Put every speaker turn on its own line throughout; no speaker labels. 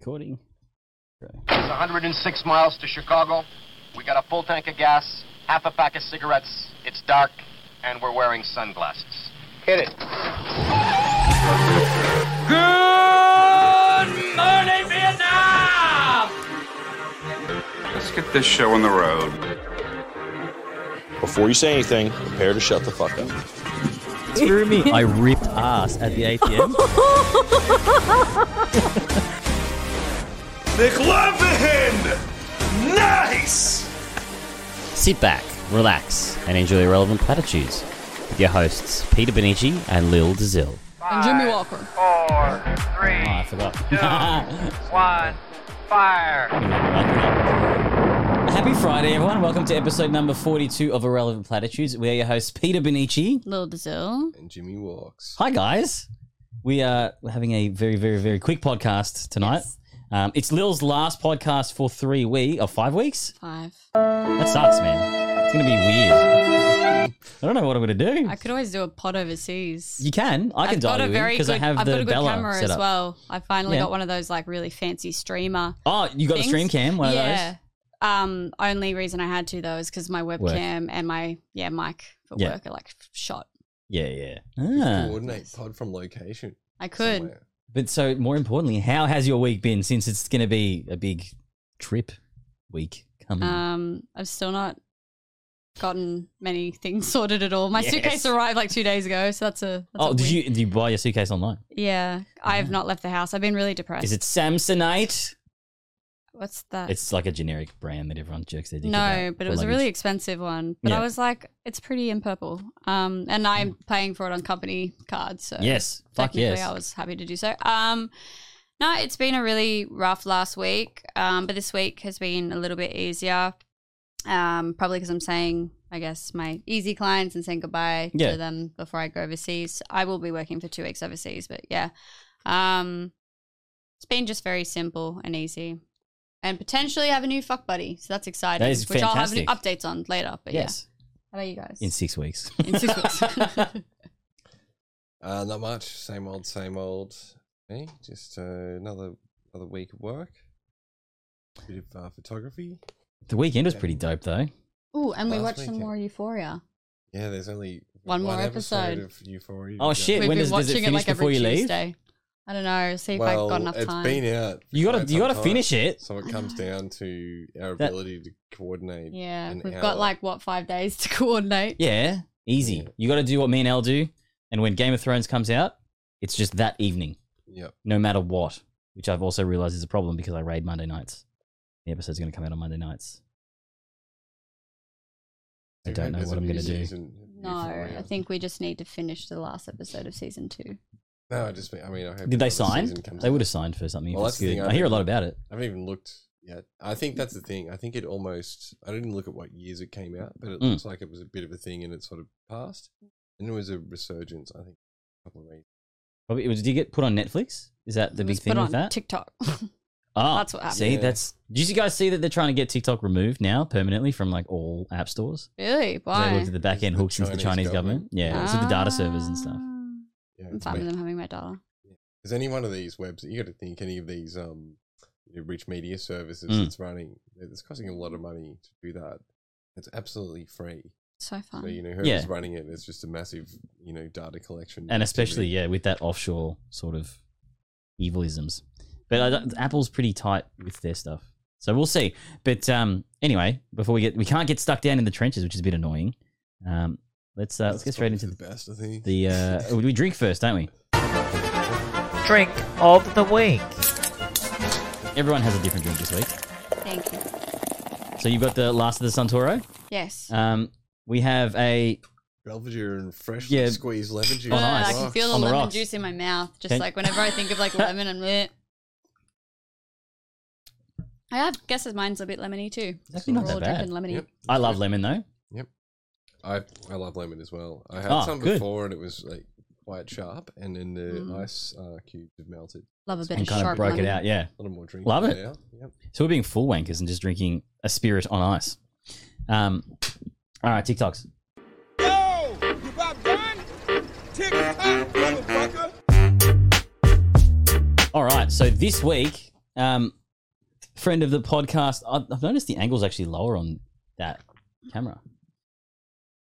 recording. Okay.
It's 106 miles to Chicago. We got a full tank of gas, half a pack of cigarettes. It's dark, and we're wearing sunglasses. Hit it.
Good morning, Vietnam!
Let's get this show on the road.
Before you say anything, prepare to shut the fuck up.
Screw me. I ripped ass at the ATM.
McLovin! Nice!
Sit back, relax, and enjoy the relevant platitudes with your hosts, Peter Benici and Lil Dazil.
And Jimmy Walker.
Four, three,
Oh, I forgot. Welcome
one, fire.
up. Happy Friday, everyone. Welcome to episode number 42 of Irrelevant Platitudes. We are your hosts, Peter Benici.
Lil Dazil.
And Jimmy walks.
Hi, guys. We are we're having a very, very, very quick podcast tonight. Um, it's Lil's last podcast for three weeks, or five weeks.
Five.
That sucks, man. It's going to be weird. I don't know what I'm going to do.
I could always do a pod overseas.
you can. I can
I've
dial
got a
you
very
because
good.
I have
have
the
got a good
Bella
camera
set
as
up.
well. I finally
Yeah.
got one of those like really fancy streamer.
Oh, you got
things.
a stream cam, one
yeah.
of those.
Um. Only reason I had to though is because my webcam and my yeah mic for
Yeah.
work are like shot.
Yeah, yeah.
You
Ah.
Coordinate pod from location.
I could.
somewhere.
But so, more importantly, how has your week been since it's going to be a big trip week coming?
Um. I've still not gotten many things sorted at all. My
Yes.
suitcase arrived like two days ago, so that's a. That's
oh,
a
did
win.
you did you buy your suitcase online?
Yeah. I have not left the house. I've been really depressed.
Is it Samsonite?
What's that?
It's like a generic brand that everyone jerks their dick
Uh, No,
about
but
for
it was a
luggage.
really expensive one. But
Yeah. Mm.
I was like, it's pretty in purple. Um, and I'm paying for it on company card, so
yes, fuck
uh, technically
yes.
I was happy to do so. Um, no, it's been a really rough last week, um, but this week has been a little bit easier. Um, probably because I'm saying, I guess, my easy clients and saying goodbye
Yeah.
to them before I go overseas. I will be working for two weeks overseas, but yeah, um, it's been just very simple and easy. And potentially have a new fuck buddy, so that's exciting.
That is
which I'll have
fantastic.
new updates on later. But
yes,
yeah, how about you guys?
in six weeks.
In six weeks.
Uh, not much. Same old, same old. Me. Just uh, another another week of work. Bit of uh, photography.
the weekend was pretty dope though.
Ooh, and we
Last
watched some
weekend.
more Euphoria.
Yeah, there's only
One more episode.
of Euphoria. to
Oh,
go.
shit. when does- does it finish before you leave?
I don't know. See if I've
Well,
got enough
it's
time.
been out. for
You gotta
quite
you
some
gotta
time.
finish it.
So it comes down to our
That-
ability to coordinate.
yeah,
an
we've
hour.
got like what five days to coordinate.
Yeah, easy.
Yeah.
You got to do what me and Elle do. And when Game of Thrones comes out, it's just that evening,
Yep.
no matter what. Which I've also realized is a problem because I raid Monday nights. The episode's going to come out on Monday nights. I don't know
There's
what
a
I'm
new
gonna do.
season of
No,
Euphoria.
I think we just need to finish the last episode of season two.
No, I just mean, I mean, I hope
Did they
another
sign?
season comes
They
out.
would have signed for something. if
Well,
it's
that's the
good.
thing, I
I hear a
think-
lot about it.
I haven't even looked yet. I
Mm.
think that's the thing. I think it almost. I didn't look at what years it came out, but it
Mm.
looks like it was a bit of a thing and it sort of passed. And it was a resurgence. I think. a couple of reasons.
Probably, it was- did you get put on Netflix? Is that the
It
big
was
thing
put
with
on
that?
TikTok.
Ah,
That's what happened.
See,
Yeah.
that's. Do you guys see that they're trying to get TikTok removed now permanently from like all app stores?
really?
'Cause They
Why?
looked at the back end
The
hooks into the
Chinese
Chinese government.
government.
Yeah,
Ah.
so the data servers and stuff.
Yeah,
Ah, I'm
it's
fine with
weird.
them having my data.
Is any one of these webs? You got to think any of these um, you know, rich media services
Mm.
that's running. It's costing a lot of money to do that. It's absolutely free.
So fun.
So you know whoever's
Yeah.
running it, it's just a massive you know data collection.
and
activity.
especially yeah with that offshore sort of evilisms but I don't, apple's pretty tight with their stuff so we'll see but um anyway before we get we can't get stuck down in the trenches which is a bit annoying um let's uh, let's
That's
get straight
probably
into the,
the best. I think.
the uh oh, we drink first don't we
drink of the week.
everyone has a different drink this week
Thank you.
so you've got the last of the santoro
Yes.
um we have a
Belvedere and freshly
Yeah.
squeezed lemon juice.
Oh,
Ugh,
nice.
I can feel the
On the
lemon
rocks.
juice in my mouth. Just
Can-
like whenever I think of like lemon and bleh. I have, guess that mine's a bit lemony too.
It's actually not
We're all
that bad.
dripping lemony.
Yep.
i love lemon though
I I love lemon as well. I had
Oh,
some
good.
before and it was like quite sharp, and then the
Mm.
ice uh, cubes have melted.
Love a bit
and
of
kind
sharp
of broke
lemon.
it out yeah
A little more drink.
Love
right
it.
Now. Yep.
so we're being full wankers and just drinking a spirit on ice um all right tiktoks
Yo! You about done? Tick tock, motherfucker!
All right, so this week Um, friend of the podcast, I've I've noticed the angle's actually lower on that camera.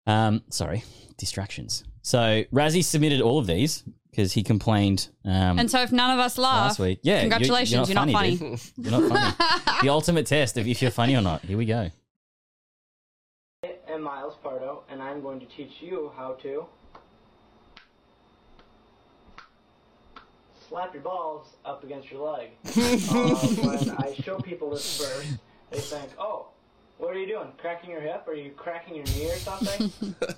Um, sorry, distractions. So Razzie submitted all of these because he complained um,
And so if none of us laugh,
last week. Yeah, you-
congratulations, you're not funny.
dude. You're not funny. the ultimate test of if you're funny or not. Here we go.
I am Miles Pardo, and I'm going to teach you how to slap your balls up against your leg. Uh, when I show people this first, they think, "Oh, what are you doing? Cracking your hip? Are you cracking your knee or something?"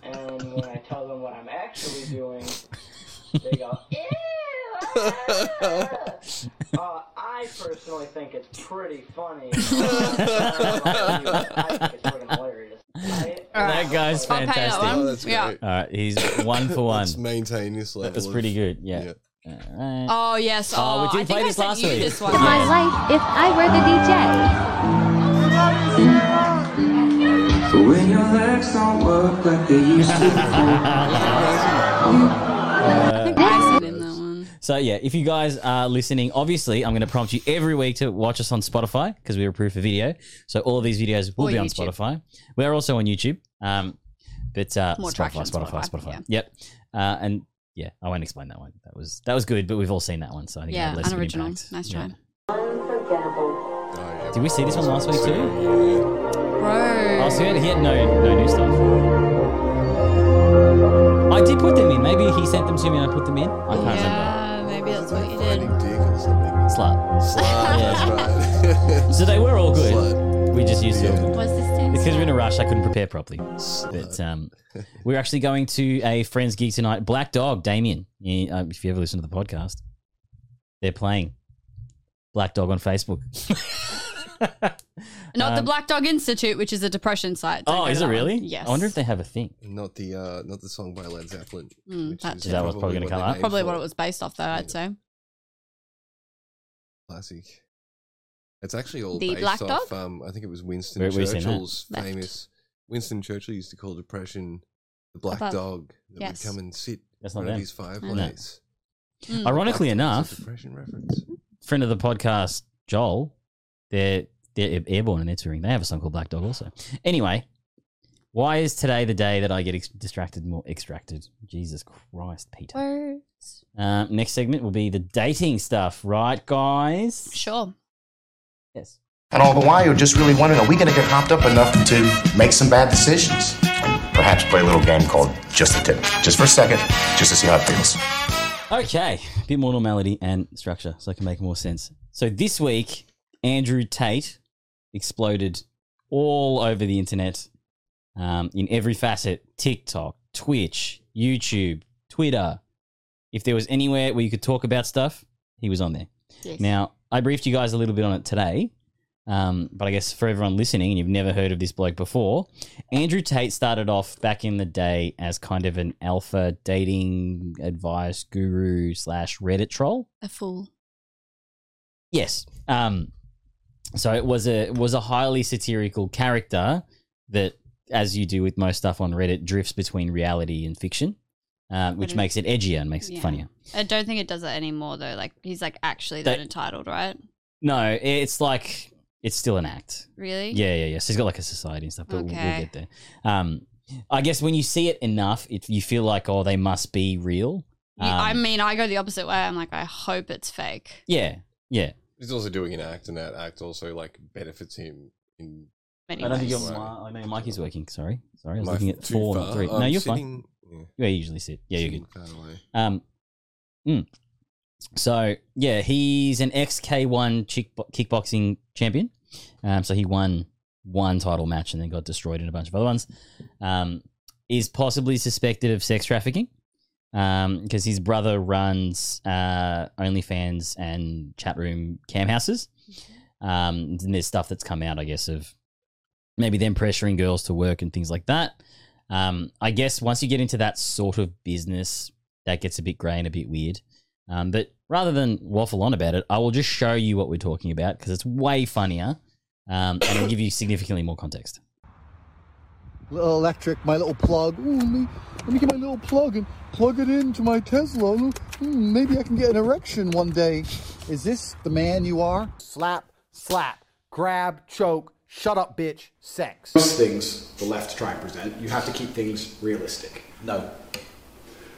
and when I tell them what I'm actually doing, they go, "Ew!" ah." Uh, I personally think it's pretty funny. Uh, I think it's freaking hilarious. I-
That guy's
I'll pay that
fantastic.
one.
All
Oh, that's
Um, Yeah.
great.
right, he's one for one.
Let's maintain this level.
That's
of-
pretty good. Yeah. All right.
Oh yes. Oh,
Oh, we did
I
play
think
this
I
last
sent you
week.
this one.
My life if I were the DJ.
When your legs don't work like they used to.
I think I sent in that one.
So yeah, if you guys are listening, obviously I'm going to prompt you every week to watch us on Spotify because we are approved for video. So all of these videos will
Or
be on
YouTube.
Spotify. We are also on YouTube, um, but uh,
More
Spotify,
traction,
Spotify, Spotify,
Spotify, yeah.
Yep. Uh, and yeah, I won't explain that one. That was that was good, but we've all seen that one, so I think it
Yeah,
had less of an
unoriginal.
impact.
Nice
Yeah.
try.
Oh, yeah.
Did we see this one last week too?
Bro.
Oh, so he had, he had no no new stuff. I did put them in. Maybe he sent them to me and I put them in. I can't remember.
Yeah, maybe that's what you
Finding
did.
dick or something.
Slut.
Slide, that's
So they were all good. We just used
Yeah.
two of them.
Was this dance?
It's because we're in a rush. I couldn't prepare properly.
right.
But um, we're actually going to a friend's gig tonight. Black Dog, Damien. He, uh, if you ever listen to the podcast, they're playing Black Dog on Facebook.
Not the Black Dog Institute, which is a depression site. Don't
um, oh,
go
is
to
it
that one.
really?
Yes.
I wonder if they have a thing.
Not the uh, not the song by Led Zeppelin.
Mm,
which
that
is
too. That was probably gonna
what
come
they
up.
named
Probably what
for
it was based off, though. I'd say.
Classic. It's actually all
The
based
Black
off.
Dog?
Um, I think it was Winston
Where- where you seen that?
Churchill's
Left.
famous. Winston Churchill used to call depression the black
Above.
dog that
Yes.
would come and sit
That's
in
not
front of
them.
his fireplace.
Mm.
Ironically
Black Dog is
enough,
a depression reference.
friend of the podcast, Joel, they're, they're airborne and they're touring. They have a song called Black Dog also. Anyway, why is today the day that I get ex- distracted more extracted? Jesus Christ, Peter.
Oh. Words.
Um, next segment will be the dating stuff, right, guys?
Sure.
Yes.
And all the while, you're just really wondering are we going to get hopped up enough to make some bad decisions? Perhaps play a little game called Just a Tip, just for a second, just to see how it feels.
Okay, a bit more normality and structure, so it can make more sense. So this week, Andrew Tate exploded all over the internet, um, in every facet: TikTok, Twitch, YouTube, Twitter. If there was anywhere where you could talk about stuff, he was on there.
Yes.
Now, I briefed you guys a little bit on it today, um, but I guess for everyone listening and you've never heard of this bloke before, Andrew Tate started off back in the day as kind of an alpha dating advice guru slash Reddit troll.
a fool.
Yes. Um, so it was a it was a highly satirical character that, as you do with most stuff on Reddit, drifts between reality and fiction, uh, which
But it-
makes it edgier and makes it
Yeah.
funnier.
I don't think it does that anymore, though. Like he's like actually that
They-
entitled, right?
No, it's like it's still an act.
Really?
Yeah, yeah, yeah. So he's got like a society and stuff, but we'll, we'll
Okay.
get there. Um, I guess when you see it enough, it, you feel like, oh, they must be real.
You- I
Um,
mean, I go the opposite way. I'm like, I hope it's fake.
yeah, yeah.
He's also doing an act, and that act also like benefits him in
I don't think
Anyways.
your,
Anyways.
mi- I know your mic is working. Sorry, sorry. I was
my
looking at
too
four,
far.
not three. no,
I'm
you're fine.
um, sitting, Yeah,
Where you usually sit. Yeah, you're good.
sitting far away.
Um, mm. So yeah, he's an XK1 chick- kickboxing champion. Um, so he won one title match and then got destroyed in a bunch of other ones. Um, is possibly suspected of sex trafficking because his brother runs uh, OnlyFans and chat room cam houses. Um, and there's stuff that's come out, I guess, of maybe them pressuring girls to work and things like that. Um, I guess once you get into that sort of business, that gets a bit grey and a bit weird. Um, but rather than waffle on about it, I will just show you what we're talking about because it's way funnier um, and it'll give you significantly more context.
little electric, my little plug. Ooh, let me, let me get my little plug and plug it into my Tesla. Hmm, maybe I can get an erection one day. Is this the man you are?
Slap, slap, grab, choke, shut up, bitch, sex.
Most things the left try and present, you have to keep things realistic. No.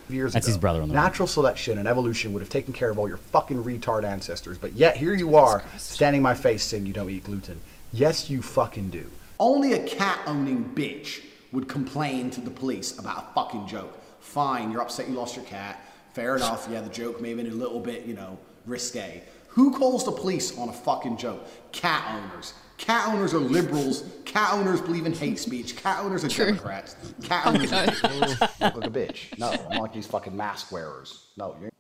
Years
That's
ago,
his brother on the
natural selection and evolution would have taken care of all your fucking retard ancestors, but yet here you are, standing in my face saying you don't eat gluten. Yes, you fucking do.
Only a cat owning bitch would complain to the police about a fucking joke.
Fine, you're upset you lost your cat. Fair enough, yeah, the joke may have been a little bit, you know, risque. Who calls the police on a fucking joke? Cat owners. Cat owners are liberals. Cat owners believe in hate speech. Cat owners are Democrats. Cat owners are look a bitch. No, I'm like these fucking mask wearers. No, you're.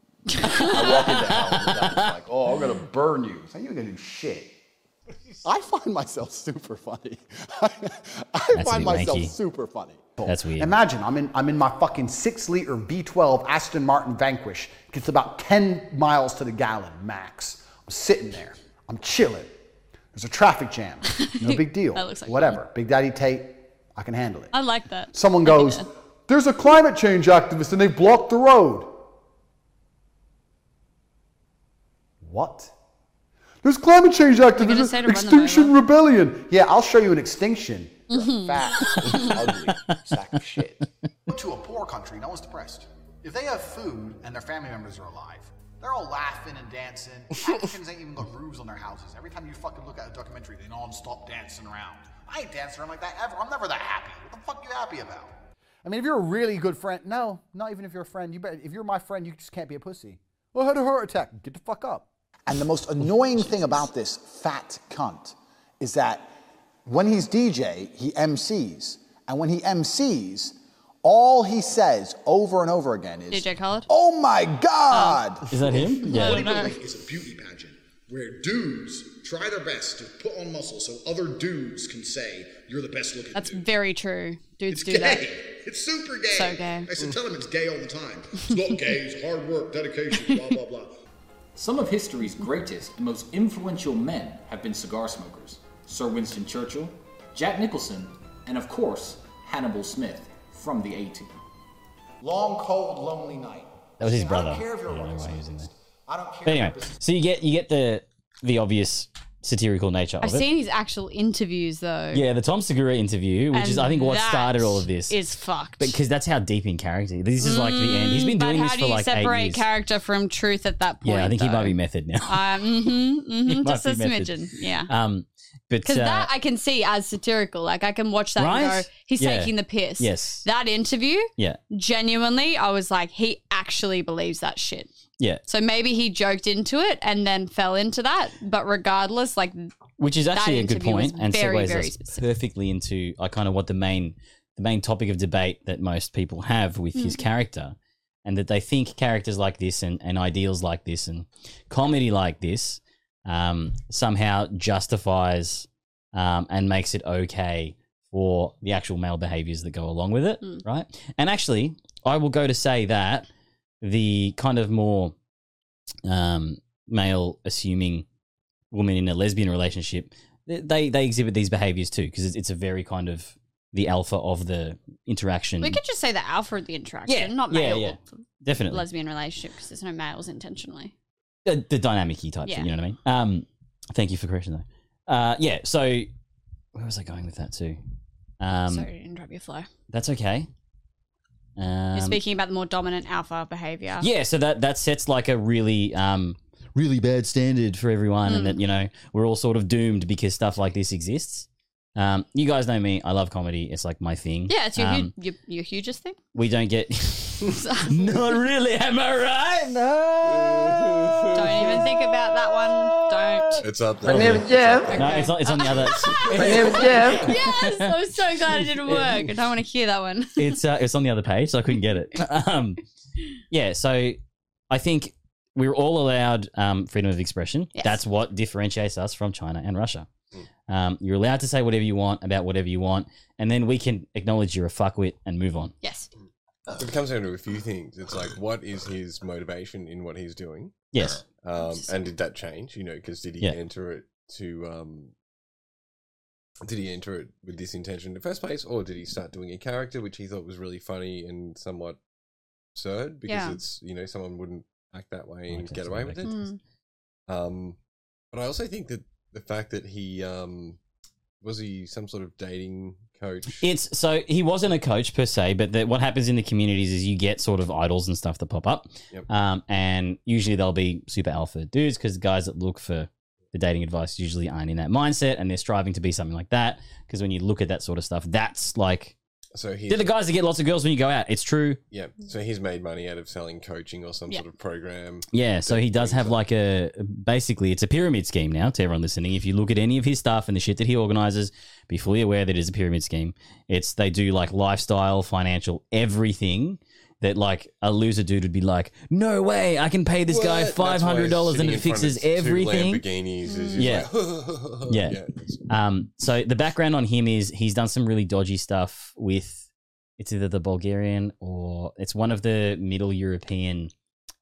I walk into hell and the devil's like, oh, I'm gonna burn you. So you're gonna do shit.
I find myself super funny. I, I
That's
find
a bit
myself
wanky.
super funny.
That's weird.
Imagine I'm in I'm in my fucking six liter V12 Aston Martin Vanquish. Gets about ten miles to the gallon max. I'm sitting there. I'm chilling. There's a traffic jam. No big deal.
That looks like
Whatever. Big Daddy Tate. I can handle it.
I like that.
Someone goes, There's a climate change activist and they blocked the road.
What?
There's climate change
say to
activists,
run them
Extinction Rebellion.
Yeah, I'll show you an extinction.
Mm-hmm.
Fat, ugly sack of shit.
to a poor country, no one's depressed. If they have food and their family members are alive, they're all laughing and dancing. Africans ain't even got roofs on their houses. Every time you fucking look at a documentary, they non-stop dancing around. I ain't dancing around like that ever. I'm never that happy. What the fuck you happy about?
I mean, if you're a really good friend, no, not even if you're a friend. You better, if you're my friend, you just can't be a pussy. Well, I had a heart attack. Get the fuck up.
And the most annoying thing about this fat cunt
is that
when he's DJ, he MCs. And when he MCs, all he says over and over again is,
DJ Khaled?
Oh my God!
Is that him? Yeah.
Bodybuilding is a beauty pageant where dudes try their best to put on muscle so other dudes can say, You're the best looking
That's
dude.
very true. Dudes do
gay.
that.
It's super gay.
So gay. Mm.
I said, Tell them it's gay all the time. It's not gay, it's hard work, dedication, blah, blah, blah.
Some of history's greatest and most influential men have been cigar smokers Sir Winston Churchill, Jack Nicholson, and of course, Hannibal Smith from the A Team.
Long, cold, lonely night.
That was his
I don't
brother.
care if you're
I don't know
wrong.
why he was in there.
I don't care.
But anyway, so you get you get the the obvious satirical nature of
I've
it.
seen his actual interviews though.
yeah, the Tom Segura interview, which is
And
I think what
that
started all of this.
Is fucked.
because that's how deep in character. This is like the end. He's been
Mm,
doing
but
this
how
for
do you
like
separate
eight years.
character from truth at that point?
yeah, I think he
though?
might be method now.
Uh, mm-hmm,
He
mm-hmm,
might
just
be
a
method.
smidgen, yeah.
Um, but
Because
uh,
that I can see as satirical. Like I can watch that
Right?
and go, he's
Yeah.
taking the piss.
Yes.
That interview,
yeah,
genuinely, I was like, he actually believes that shit.
yeah,
So maybe he joked into it and then fell into that. But regardless, like
which is
that
actually a good
interview
point
was
and
very,
segues
very
us perfectly into I kind of what the main the main topic of debate that most people have with his
Mm.
character and that they think characters like this and, and ideals like this and comedy like this um, somehow justifies um, and makes it okay for the actual male behaviors that go along with it
Hmm.
Mm.
right and actually i will go to say that the kind of more um, male assuming woman in a lesbian relationship, th- they they exhibit these behaviors too because it's, it's a very kind of the alpha of the interaction.
we could just say the alpha of the interaction, not
yeah,
male.
yeah, definitely
Lesbian relationship because there's no males intentionally.
the, the dynamic-y type
Yeah.
thing. You know what I mean? Um, thank you for correction though. Uh, yeah. So where was I going with that too? Um,
Sorry to interrupt your flow.
that's okay. Um,
You're speaking about the more dominant alpha behavior.
Yeah, so that that sets like a really um really bad standard for everyone
Mm.
and that you know we're all sort of doomed because stuff like this exists. Um you guys know me, I love comedy. It's like my thing.
Yeah, it's your,
Um,
hu- your, your hugest thing.
we don't get Not really, am I right? No.
Don't even think about that one. Don't.
It's up
there.
there.
No, it's not it's on the other
yes, I'm so glad it didn't work. I don't want to hear that one.
it's uh, it's on the other page, so I couldn't get it. Um, yeah, so I think we were all allowed um, freedom of expression.
Yes.
That's what differentiates us from China and Russia. Um, you're allowed to say whatever you want about whatever you want, and then we can acknowledge you're a fuckwit and move on.
Yes.
It comes down to a few things. It's like, what is his motivation in what he's doing?
Yes.
Um, and did that change? You know, because did he
Yeah.
enter it to um, did he enter it with this intention in the first place, or did he start doing a character which he thought was really funny and somewhat absurd because
Yeah.
it's you know someone wouldn't act that way
Like
and
it's
get
a
away
bit
with it.
Mm.
Um, but I also think that the fact that he um, was he some sort of dating coach.
It's so he wasn't a coach per se, but the, what happens in the communities is you get sort of idols and stuff that pop up,
Yep.
um, and usually they'll be super alpha dudes because guys that look for the dating advice usually aren't in that mindset and they're striving to be something like that. Because when you look at that sort of stuff, that's like
So he's
they're the guys that get lots of girls when you go out. It's true.
Yeah, so he's made money out of selling coaching or some sort of program.
Yeah, so he does have like a basically it's a pyramid scheme now to everyone listening. If you look at any of his stuff and the shit that he organizes, be fully aware that it is a pyramid scheme. It's they do like lifestyle, financial, everything that like a loser dude would be like, no way, I can pay this guy
What? That's why
five
he's
hundred dollars and
sitting
it
in front of
fixes
two
everything.
Lamborghinis is just
Yeah.
like,
yeah. Um, so the background on him is he's done some really dodgy stuff with it's either the Bulgarian or it's one of the middle European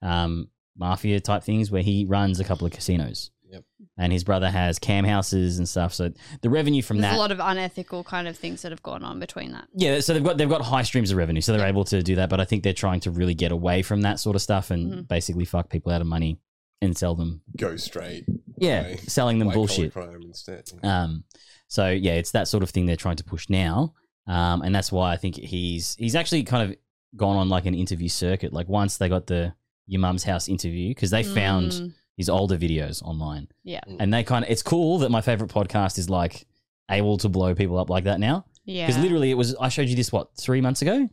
um, mafia type things where he runs a couple of casinos.
Yep.
And his brother has cam houses and stuff. So the revenue from
There's
that
a lot of unethical kind of things that have gone on between that.
yeah, so they've got they've got high streams of revenue, so they're able to do that. But I think they're trying to really get away from that sort of stuff and
Mhm.
basically fuck people out of money and sell them
go straight.
yeah,
you know,
selling them
white-collar
bullshit.
crime instead.
Um, so yeah, it's that sort of thing they're trying to push now, um, and that's why I think he's he's actually kind of gone on like an interview circuit. Like once they got the your mum's house interview because they found
Mm.
his older videos online.
Yeah. Mm.
and they kind of it's cool that my favorite podcast is like able to blow people up like that now. because
Yeah.
literally it was I showed you this what three months ago.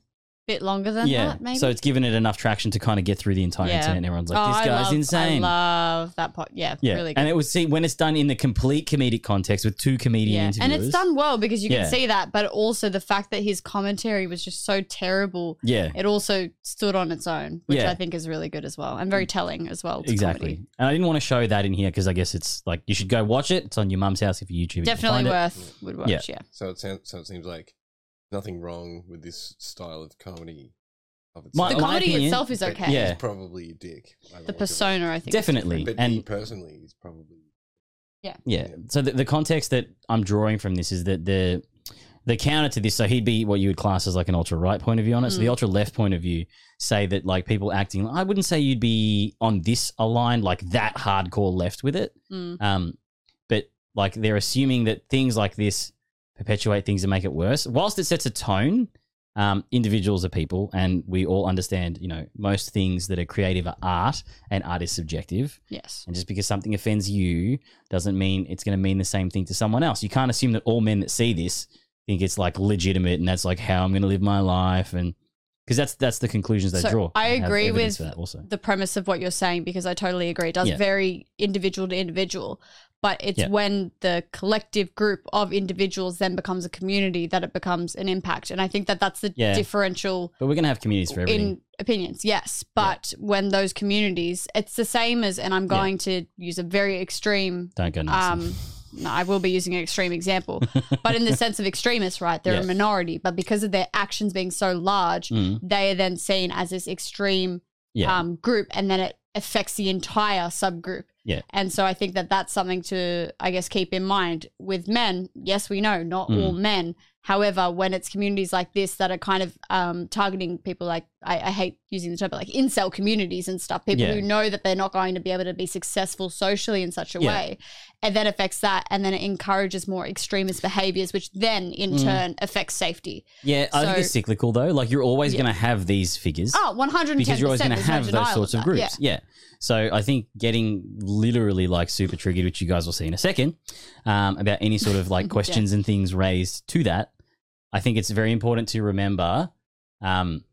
bit longer than
yeah,
that, maybe.
so it's given it enough traction to kind of get through the entire internet. And everyone's like,
Oh,
"This
I
guy's
love-
insane."
I love that part. Yeah,
yeah,
really good.
and it was see when it's done in the complete comedic context with two comedian
yeah.
interviewers,
and it's done well because you
Yeah.
can see that, but also the fact that his commentary was just so terrible.
Yeah.
It also stood on its own, which
Yeah.
I think is really good as well and very telling as well. It's
exactly.
comedy.
And I didn't want to show that in here because I guess it's like you should go watch it. It's on your mum's house if you YouTube. it, you can
Definitely
find it.
worth would watch, yeah.
So it sounds. So it seems like nothing wrong with this style of comedy. Of
My-
itself.
The comedy opinion- itself
is
But
okay.
he's
Yeah.
probably a dick. by
The
look of it.
persona, I think, is
Definitely,
But
and-
me personally, he's probably
Yeah. So the, the context that I'm drawing from this is that the the counter to this, so he'd be what you would class as like an ultra right point of view on it. So the
Mm.
Hmm.
ultra left point of view say that like people acting, I wouldn't say you'd be on this aligned like that hardcore left with it.
Mm.
Um, but like they're assuming that things like this perpetuate things and make it worse. Whilst it sets a tone, um, individuals are people, and we all understand, you know, most things that are creative are art, and art is subjective.
Yes.
And just because something offends you doesn't mean it's going to mean the same thing to someone else. You can't assume that all men that see this think it's like legitimate and that's like how I'm going to live my life, and because that's that's the conclusions they
So
draw.
I
and have
agree
evidence
with
for that also.
the premise of what you're saying because I totally agree. It does
Yeah.
vary individual to individual, but it's
Yeah.
when the collective group of individuals then becomes a community that it becomes an impact. And I think that that's the
Yeah.
differential
But we're going to have communities for everything.
in opinions. Yes, but when those communities, it's the same as, and I'm going to use a very extreme.
Don't go nuts.
um, no, I will be using an extreme example, but in the sense of extremists, right? They're
Yeah.
a minority, but because of their actions being so large,
Mm.
they are then seen as this extreme
Yeah.
um, group, and then it affects the entire subgroup.
yeah.
And so I think that that's something to, I guess, keep in mind with men. Yes, we know not
Mm.
all men. However, when it's communities like this that are kind of um, targeting people like, I, I hate using the term, but like incel communities and stuff, people
Yeah.
who know that they're not going to be able to be successful socially in such a
Yeah.
way, and then affects that, and then it encourages more extremist behaviors, which then in
Mm.
turn affects safety.
Yeah, I think
So-
it's cyclical though. Like you're always
Yeah.
going to have these figures.
Oh, 110%.
Because you're always going to
There's no
have those
denial
sorts of
that.
groups. Yeah. So I think getting literally like super triggered, which you guys will see in a second, um, about any sort of like questions and things raised to that, I think it's very important to remember um,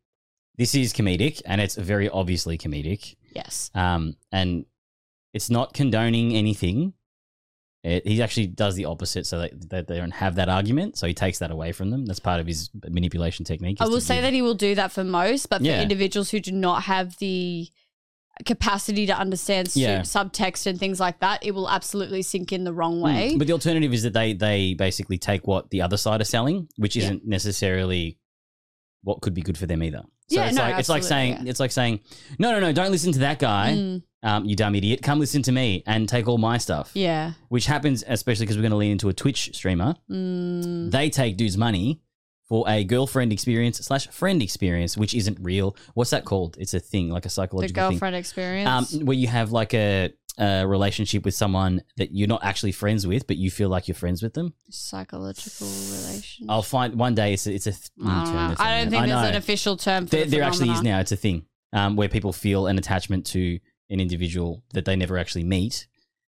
this is comedic and it's very obviously comedic.
Yes.
Um, and it's not condoning anything. It, he actually does the opposite so that, that they don't have that argument. So he takes that away from them. That's part of his manipulation technique. is
I
to
will say
give-
that he will do that for most, but for
Yeah.
individuals who do not have the capacity to understand su-
Yeah.
subtext and things like that, it will absolutely sink in the wrong
Mm.
way.
But the alternative is that they they basically take what the other side are selling, which
Yeah.
isn't necessarily what could be good for them either. So
Yeah,
it's
no,
like it's like
absolutely,
saying it's like saying, No, no, no, don't listen to that guy.
Mm.
um, you dumb idiot, come listen to me and take all my stuff.
Yeah.
Which happens especially because we're going to lean into a Twitch streamer.
Mm.
They take dudes' money for a girlfriend experience slash friend experience, which isn't real. What's that called? It's a thing, like a
the
psychological thing.
girlfriend experience.
Um, where you have like a, a relationship with someone that you're not actually friends with, but you feel like you're friends with them.
Psychological relation.
I'll find one day. It's a, it's a th-
Mm. I don't,
term
know.
that's
I
on
don't
there.
think there's
know.
an official term for
There,
the
there actually is
phenomena.
now. It's a thing um, where people feel an attachment to an individual that they never actually meet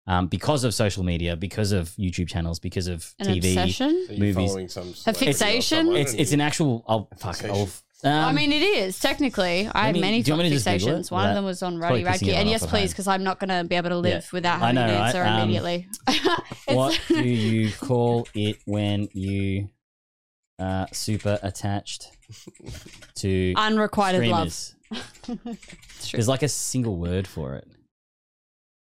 um, because of social media, because of YouTube channels, because of
An
TV,
obsession? Are you
movies.
following some A
celebrity or fixation? someone,
It's,
and
it's an actual. Oh fuck! I'll, um,
I mean, it is technically. I
let
had
me-
many
do you want me to just Google
fixations.
it?
One of
That-
them was on
it's
Roddy
probably pissing
Radke, and
everyone
yes,
off at
please,
home.
because I'm not going to be able to live
Yeah.
without
I
having
know,
an
right?
answer
Um,
immediately.
what do you call it when you uh super attached to
Unrequited
streamers?
love. It's true.
There's like a single word for it.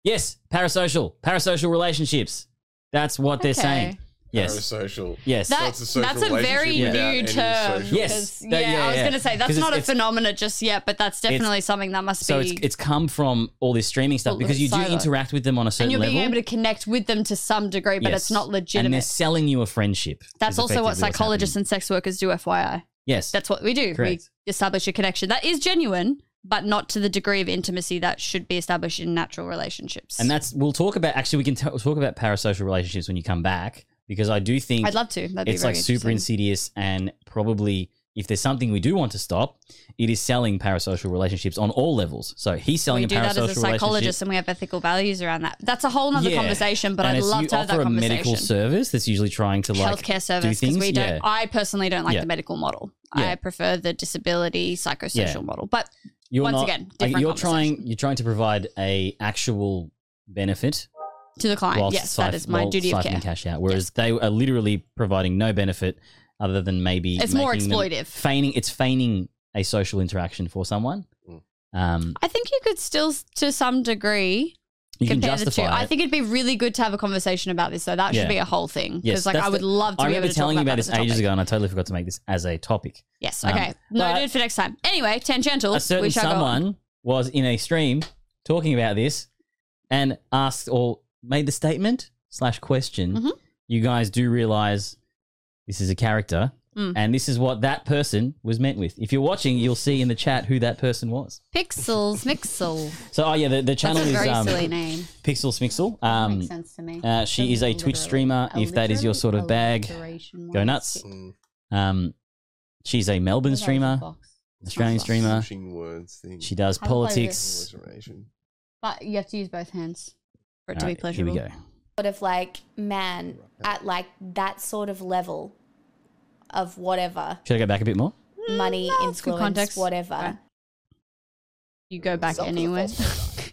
Yes, parasocial, parasocial relationships. That's what they're
Okay.
saying. Yes,
Parasocial.
Yes,
That- that's, a very new term.
Yes,
'cause-
that-
Yeah,
yeah,
I was
yeah.
going to say that's
'Cause
not a
it's- it's-
phenomena just yet, but that's definitely something that must
So
be.
it's it's come from all this streaming stuff
Well,
because you do
silo.
interact with them on a certain
and you're
level.
being able to connect with them to some degree, but
Yes.
it's not
And they're
legitimate.
selling you a friendship.
That's
is
also what
effectively what's
psychologists and sex workers do, FYI.
happening. Yes.
That's what we do.
Correct.
We establish a connection that is genuine, but not to the degree of intimacy that should be established in natural relationships.
and that's we'll talk about. Actually, we can t- talk about parasocial relationships when you come back because I do think
I'd love to. That'd be
it's
very
like super
interesting.
insidious and probably if there's something we do want to stop, it is selling parasocial relationships on all levels. So he's selling
we
a
do
parasocial
that as a
relationship.
psychologist, and we have ethical values around that. That's a whole nother
Yeah.
conversation, but
and
I'd
it's-
love
you
to have that
offer a medical
conversation.
service that's usually trying to like
Healthcare
do
service
things.
because we don't.
yeah.
I personally don't like
Yeah.
the medical model.
Yeah.
I prefer the disability psychosocial
Yeah.
model. But
you're
once
not-
again,
like,
different
you're
conversation.
trying you're trying to provide a actual benefit
to the client.
whilst
Yes, that
siph-
is my
while
duty of
siphoning
care.
cash out whereas they are literally providing no benefit other than maybe
It's more
making them-
exploitive.
feigning it's feigning a social interaction for someone um
I think you could still, to some degree,
You can
compare the two.
justify
I
it.
think it'd be really good to have a conversation about this, though. That should
Yeah.
be a whole thing. Because,
yes
like,
that's
I would
the-
love to
I
be
remember
able to
telling
talk
you about
about
this
that as a
ages
topic.
ago and I totally forgot to make this as a topic
Yes.
Um,
Okay. Noted for next time. Anyway, tangential.
a certain
we shall go on.
someone was in a stream talking about this and asked or made the statement slash question
Mm-hmm.
you guys do realize this is a character
Mm.
and this is what that person was meant with if you're watching you'll see in the chat who that person was
Pixels Mixel.
so oh yeah the, the channel
That's a
is
very
um,
silly name.
pixel smixel um,
Makes sense to me.
uh, she is a twitch streamer if that is your sort of bag
alliteration
go
was
nuts
Mm,
um, she's a melbourne
What else is
streamer
box?
australian
Box.
streamer
Pushing words thing.
she does
How do I play
politics
But you have to use both hands for it to
Alright,
be pleasurable.
here we go
sort of like man at like that sort of level of whatever
should i go back a bit more
money
it's good
influence
context.
whatever
You go back
Something
anyway.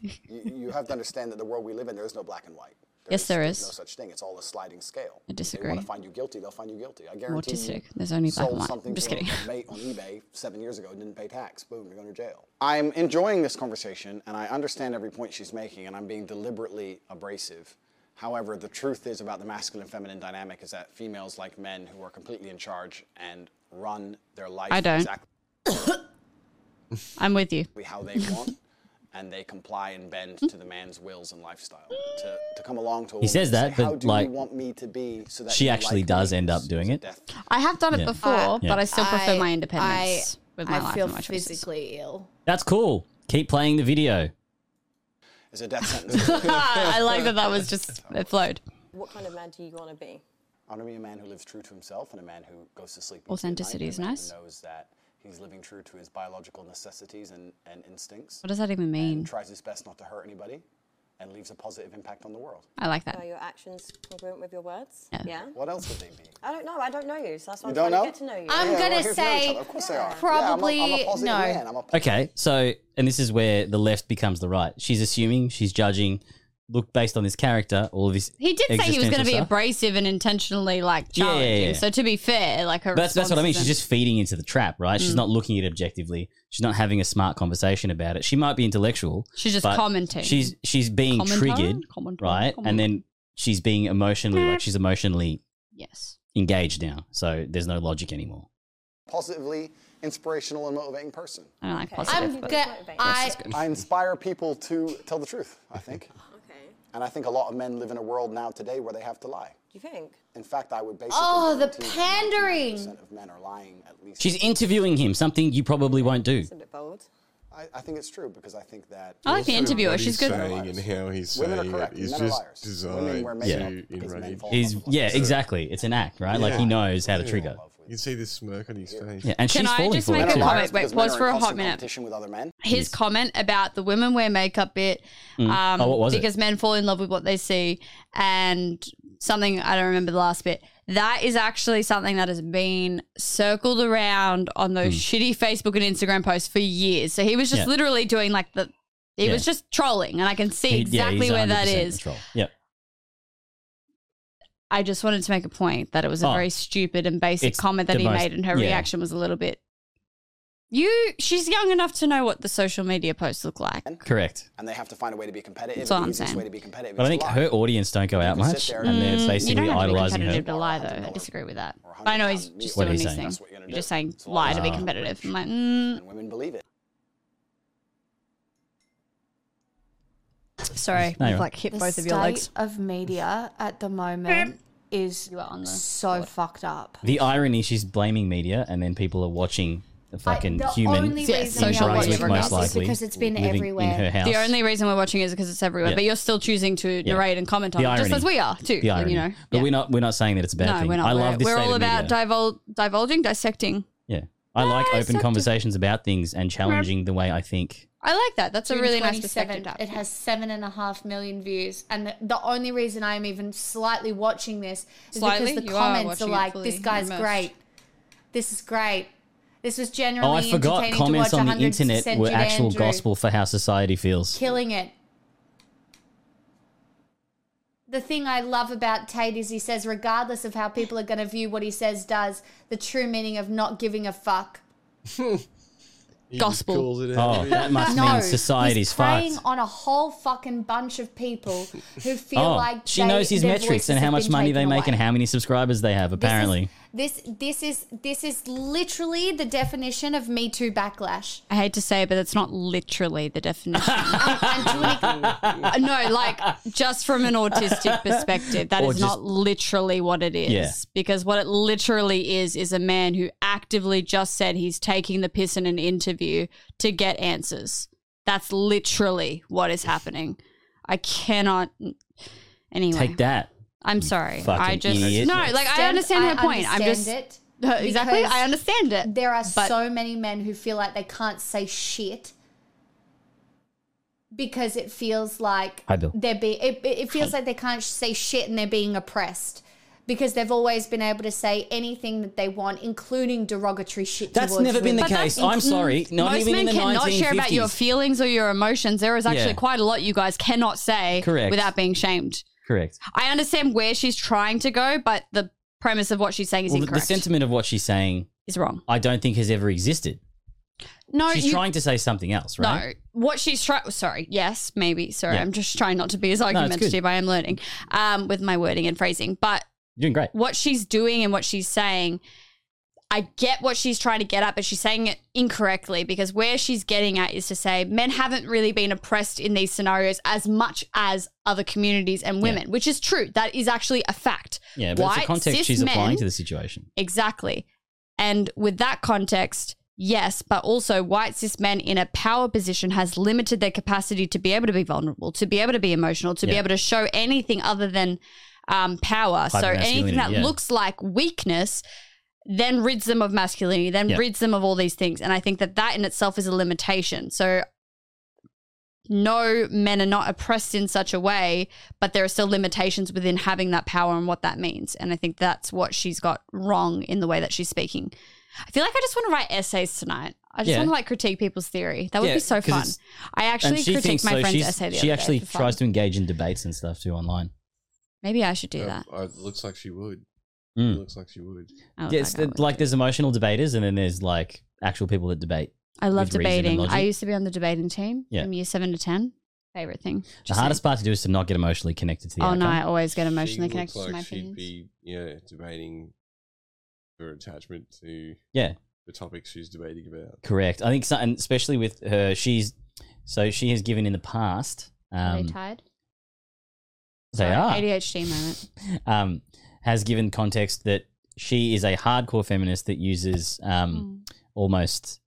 you, you have to understand that the world we live in, there is no black and white.
Yes, there
there's
is.
No such thing. It's all a sliding scale.
I
They want
disagree.
to find you guilty. They'll find you guilty. I guarantee.
autistic.
You
There's only black
sold
and white.
something
I'm just
to a
kidding.
mate on eBay seven years ago and didn't pay tax. Boom, you're going to jail. I'm enjoying this conversation and I understand every point she's making and I'm being deliberately abrasive. However, the truth is about the masculine feminine dynamic is that females like men who are completely in charge and run their life
I don't.
exactly
I'm with you.
how they want and they comply and bend to the man's wills and lifestyle. To, to come along
He
to a woman
says
and say,
that, but,
"How do
like,
you want me to be so that
she
you
actually
like
does
me?"
end up doing it.
I have done it
Yeah.
before,
Uh,
but I
yeah.
still prefer
I-
my
I,
independence with my
I
life
feel
and my choices.
physically ill
That's cool. Keep playing the video.
It's a death sentence.
I like that that was just it flowed.
What kind of man do you want to be?
I want to be a man who lives true to himself and a man who goes to sleep.
Authenticity is
easy at night, a man
nice.
Who knows that he's living true to his biological necessities and, and instincts.
What does that even mean?
And tries his best not to hurt anybody and leaves a positive impact on the world.
I like that.
Are your actions congruent with your words?
Yeah.
What else would they be?
I don't know. I don't know you, so that's why
You
I'm
don't
trying
know?
to get to know you.
I'm
Yeah,
gonna
well, here's another
say
child. Of course they are.
probably
yeah, I'm a, I'm a positive
no.
man. I'm a
Okay, so and this is where the left becomes the right. She's assuming, she's judging. Look, based on this character, all of this.
He did say he was going to
existential
be
stuff.
abrasive and intentionally like
Yeah, yeah,
challenging.
yeah.
So to be fair, like her
But that's, that's what I mean.
response
She's
isn't-
just feeding into the trap, right? She's
Mm.
not looking at it objectively. She's not having a smart conversation about it. She might be intellectual.
She's just
but
commenting.
She's she's being
Commentar?
triggered,
Commentar?
right? And then she's being
Eh.
emotionally like she's emotionally
yes
engaged now. So there's no logic anymore.
positively inspirational and motivating person.
I don't like
Okay.
positive.
I'm
but-
good.
I-
I inspire people to tell the truth, I think. okay. And I think a lot of men live in a world now today where they have to lie.
You think?
In fact, I would basically
Oh, the
guarantee
pandering.
that men are lying at least.
She's interviewing him, something you probably won't do.
a bit bold. I, I think it's true because I think that.
I like the
Also,
interviewer.
what
She's
he's
good.
Saying and how he's
Women are
saying
correct.
it is
Men are
just
liars. Women
designed
were made
Yeah.
to enrage.
He's yeah, exactly. It's an act, right? Like he knows how to
Yeah.
trigger.
You can see the smirk on his face.
Yeah, and
Can
she's
I
falling
just
for
make
it
a
too.
comment? Wait,
because men
pause
are
for
in
a hot
constant
minute.
Competition with other men.
His comment about the women wear makeup bit.
Mm.
Um,
Oh, what was it?
because men fall in love with what they see, and something I don't remember the last bit. That is actually something that has been circled around on those shitty Facebook and Instagram posts for years. So he was just
Mm. Yeah.
literally doing like the, he
Yeah.
was just trolling, and I can see
He- yeah,
exactly
he's
where that
100%
is.
a troll. Yep.
I just wanted to make a point that it was a
Oh.
very stupid and basic
It's
comment that
the
he
most-
made, and her
yeah.
reaction was a little bit. You, she's young enough to know what the social media posts look like.
Correct.
And they have to find a way to be competitive.
That's all
and the
I'm
easiest
saying.
way to be competitive
But I
is
think
to lie.
her audience don't go out
You can sit
much,
there
and
Mm,
they're
you
basically
don't have to be
idolizing
competitive
her.
to lie, though. I disagree with that. But I know he's just
What
doing
he's
these
saying.
things.
That's
what you're
You're
gonna
just
do.
saying
It's all
lie to be
about
competitive. I'm like, mm,
And women believe it.
sorry,
No, you're
I've
right.
like hit
the
both
state
of your legs.
of media at the moment is so fucked up.
The irony, she's blaming media, and then people are watching the fucking
the
human
only
in
reason
you're
Brunswick,
watching it
most
is
likely,
because it's been
living
everywhere.
in her house.
The only reason we're watching it is because it's everywhere,
Yeah.
but you're still choosing to
Yeah.
narrate and comment
The
on it, just
irony.
as we are too.
the irony,
You know,
but
Yeah.
we're not we're not saying that it's a bad
no,
thing.
we're not.
I
we're
love this
we're
state
all
of
about
media.
divul- divulging, dissecting.
Yeah. I like open conversations about things and challenging the way I think.
I like that. That's a
June
really nice
27th,
perspective. to have.
It has seven and a half million views, and the, the only reason I am even slightly watching this is
Slightly?
because the
You are
comments are
watching it
like,
fully.
"This guy's
Immersed.
great. This is great. This was generally
oh, I forgot
entertaining
comments
to watch
on the
100%
internet were
Jude
actual
Andrew
gospel for how society feels.
killing it." The thing I love about Tate is he says, regardless of how people are going to view what he says, does the true meaning of not giving a fuck.
He just
Gospel.
calls it out.
Oh, that must
No,
mean society's
he's preying
fucked.
on a whole fucking bunch of people who feel
oh,
like
she
they-
knows his
their
metrics and
voices
how
have
much
been
money they
taken
make and
away.
how many subscribers they have, apparently.
This this is this is literally the definition of Me Too backlash.
I hate to say it, but it's not literally the definition.
And to an ex-
Uh, no, like just from an autistic perspective, that is
Or just-
not literally what it is.
Yeah.
Because what it literally is is a man who actively just said he's taking the piss in an interview to get answers. That's literally what is happening. I cannot. Anyway,
Take that.
I'm sorry.
fucking
I just
idiot.
no, like I understand her point. I'm just
understand it
exactly.
because
I understand it.
There are
but-
so many men who feel like they can't say shit because it feels like
Hi, Bill.
they're being it, it it feels like they can't say shit and they're being oppressed because they've always been able to say anything that they want, including derogatory shit.
That's
towards
never been the
women.
case. I'm sorry. Not
Most
even
men
in the
cannot
1950s.
share about your feelings or your emotions. There is actually
Yeah.
quite a lot you guys cannot say
Correct.
without being shamed.
Correct.
I understand where she's trying to go, but the premise of what she's saying is
Well, the- the
incorrect.
sentiment of what she's saying,
is wrong.
I don't think has ever existed.
No,
she's
you-
trying to say something else, right?
No, what she's trying. Sorry, yes, maybe. Sorry,
Yeah.
I'm just trying not to be as
it's good.
argumentative. I am learning um, with my wording and phrasing, but
You're doing great.
what she's doing and what she's saying. I get what she's trying to get at, but she's saying it incorrectly because where she's getting at is to say men haven't really been oppressed in these scenarios as much as other communities and women, which is true. That is actually a fact.
Yeah, but it's the
White,
context
cis
she's
men-
applying to the situation.
Exactly. And with that context, yes, but also white cis men in a power position has limited their capacity to be able to be vulnerable, to be able to be emotional, to be
Yeah.
able to show anything other than um, power. So
Hypermasculinity,
anything that
yeah.
looks like weakness then rids them of masculinity, then
Yeah.
rids them of all these things. And I think that that in itself is a limitation. So no men are not oppressed in such a way, but there are still limitations within having that power and what that means. And I think that's what she's got wrong in the way that she's speaking. I feel like I just want to write essays tonight. I just
Yeah.
want to like critique people's theory. That would
Yeah,
be so
'cause
fun.
it's-
I actually critiqued my
so.
friend's
She's-
essay the
she
other day
actually
for fun.
tries to engage in debates and stuff too online.
Maybe I should do
Uh,
that.
uh, it looks like she would.
Mm.
It looks like she would.
I would
Yeah, it's
like, Oh, I
the- like there's emotional debaters and then there's like actual people that debate.
I love
with reason and
debating. I
logic.
used to be on the debating team
Yeah.
from year seven to ten. Favorite thing.
the
Just
hardest part to do is to not get emotionally connected to the
saying. oh
outcome.
no, I always get
She
emotionally
looks
connected to
like
my
she'd
opinions.
be yeah debating her attachment to
Yeah,
the topics she's debating about.
Correct. I think, so, and especially with her, she's so she has given in the past.
Are
Um,
they tired?
they
Sorry,
are.
ADHD moment.
um, has given context that she is a hardcore feminist that uses
Hmm.
um, almost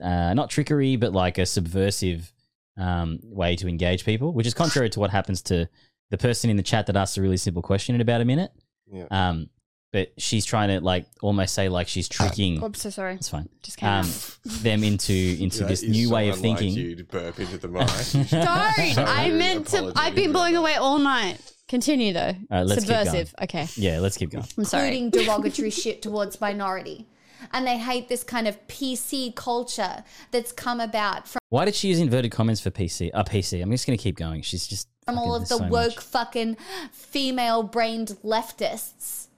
uh, not trickery, but like a subversive um, way to engage people, which is contrary to what happens to the person in the chat that asked a really simple question in about a minute.
Yeah.
Um, but she's trying to like almost say like she's tricking.
Oh, I'm so sorry.
It's fine. Um,
Just came out.
them into into
That
this
is
new
so
way of
unlike
thinking.
you to burp into the mic.
Don't.
Sorry,
I meant to.
apologies.
I've been blowing away all night. Continue though.
All right, let's keep going.
Subversive. Okay.
Yeah, let's keep going.
I'm sorry.
including derogatory shit towards minority. And they hate this kind of PC culture that's come about from,
Why did she use inverted commas for PC? Uh, PC. I'm just gonna keep going. She's just
from
fucking-
all of
there's
the
so much.
woke fucking female brained leftists.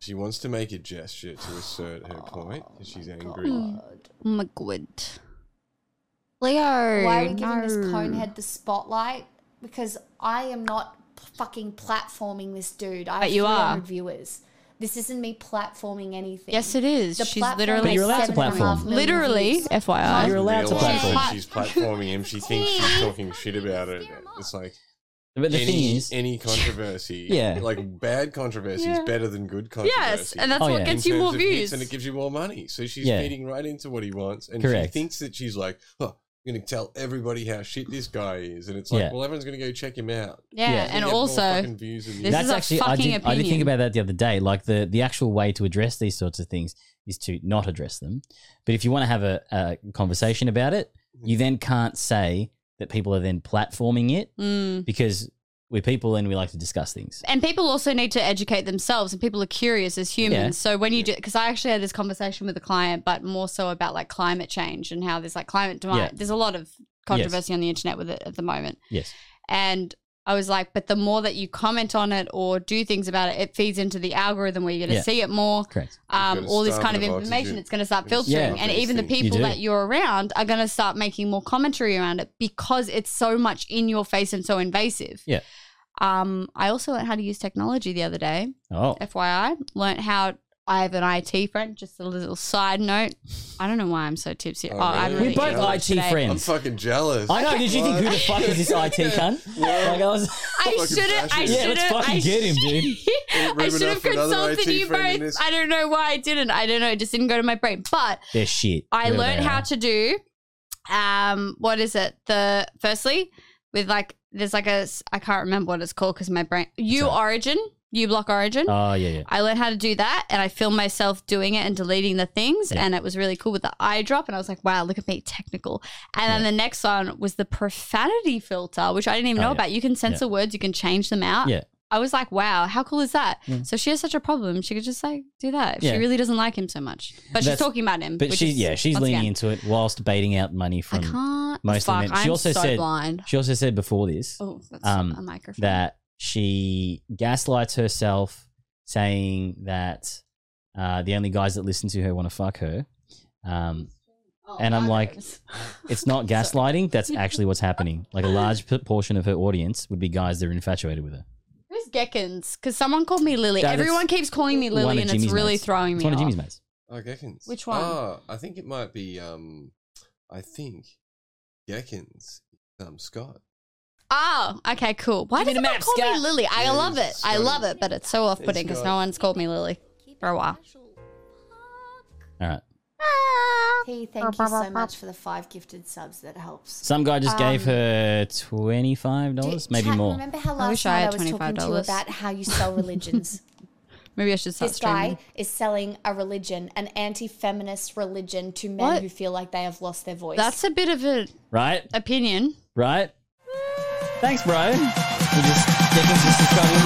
She wants to make a gesture to assert her point because she's angry.
Oh my god. Leo.
Why are we giving this
no.
conehead the spotlight? Because I am not p- fucking platforming this dude. I
But
have
you are.
300 viewers. This isn't me platforming anything.
Yes, it is.
The
She's
platform
literally.
But you're allowed to
seven and a half
platform.
million
Literally,
views.
FYI.
You're allowed to
Realize
platform.
that she's platforming him. She thinks she's talking shit about it. It's like
But the
any,
thing is-
any controversy,
Yeah.
like bad controversy
Yeah.
is better than good controversy.
and that's Oh, what yeah. gets
In
you
terms
more
of hits,
views.
and it gives you more money. So she's
Yeah.
feeding right into what he wants, and she
Correct.
thinks that she's like, "Oh, I'm going to tell everybody how shit this guy is," and it's like,
Yeah.
"Well, everyone's going to go check him out."
Yeah,
He's gonna
and
get more
also,
fucking views than you.
This is a
I
fucking
did, I did think
opinion.
about that the other day. Like the the actual way to address these sorts of things is to not address them. But if you want to have a, a conversation about it, you then can't say that people are then platforming it
Mm.
because we're people and we like to discuss things.
and people also need to educate themselves and people are curious as humans
Yeah.
so when you do because i actually had this conversation with a client but more so about like climate change and how there's like climate demand
Yeah.
there's a lot of controversy on the internet with it at the moment
Yes.
and I was like, but the more that you comment on it or do things about it, it feeds into the algorithm where you're going to
Yeah.
see it more.
Correct.
Um,
You've got a
all this kind of
starving of
information,
oxygen.
it's going to start
It's
filtering.
starving
and
of
even the
things. You
people
do.
that you're around are going to start making more commentary around it because it's so much in your face and so invasive.
Yeah.
Um, I also learned how to use technology the other day.
Oh.
FYI, learned how I have an IT friend. Just a little side note. I don't know why I'm so tipsy. Oh, I'm really
We're both
ill
IT
today.
friends.
I'm fucking jealous.
I know. Did you think who the fuck is this IT cunt? Like I was.
I shouldn't. I
yeah,
shouldn't.
let's fucking
I
get him, dude.
I should have consulted you both. I don't know why I didn't. I don't know. It just didn't go to my brain. But
They're shit.
I
Whatever
learned
they
how
are.
to do, um, what is it? The firstly with like there's like a s- I can't remember what it's called because my brain. U Origin, U Block Origin.
Oh yeah, yeah.
I learned how to do that and I filmed myself doing it and deleting the things and it was really cool with the eye drop and I was like, wow, look at me technical. And then the next one was the profanity filter, which I didn't even
Oh,
know
yeah.
about. You can censor
Yeah.
words, you can change them out.
Yeah.
I was like, wow, how cool is that?
Yeah.
So she has such a problem. She could just like do that. if
Yeah.
She really doesn't like him so much. But she's
That's-
talking about him.
But
which
she,
is,
yeah, she's
once
leaning
again-
into it whilst baiting out money from
can't-
most
fuck,
of the men. She
I'm
also
so
said
blind.
she also said before this
Oh, that's a microphone.
that she gaslights herself, saying that uh, the only guys that listen to her want to fuck her. Um,
Oh,
and I'm like, it's not gaslighting. That's actually what's happening. Like a large p- portion of her audience would be guys that are infatuated with her.
Who's Geckins? Because someone called me Lily.
Yeah, that's
Everyone keeps calling me
one
Lily
of
and
Jimmy's
it's really
mates.
throwing
It's
me
one
off.
of Jimmy's mates.
Oh, Geckins.
Which one?
Oh, I think it might be. Um, I think Geckins. Um, Scott.
Oh, okay, cool. Why does everyone call me Lily? I love it. I love it, but it's so off putting because no one's called me Lily for a while.
All right.
T, thank you so much for the five gifted subs. That helps.
Some guy just gave
Um,
her twenty five dollars, maybe
Kat,
more.
Remember how
I
last
wish I
night I,
had
was talking to you
$25.
about how you sell religions?
Maybe I should start
this
streaming.
guy is selling a religion, an anti-feminist religion, to men
What?
who feel like they have lost their voice.
That's a bit of an
Right,
opinion.
right. Thanks, bro. You just, Dickens just subscribing.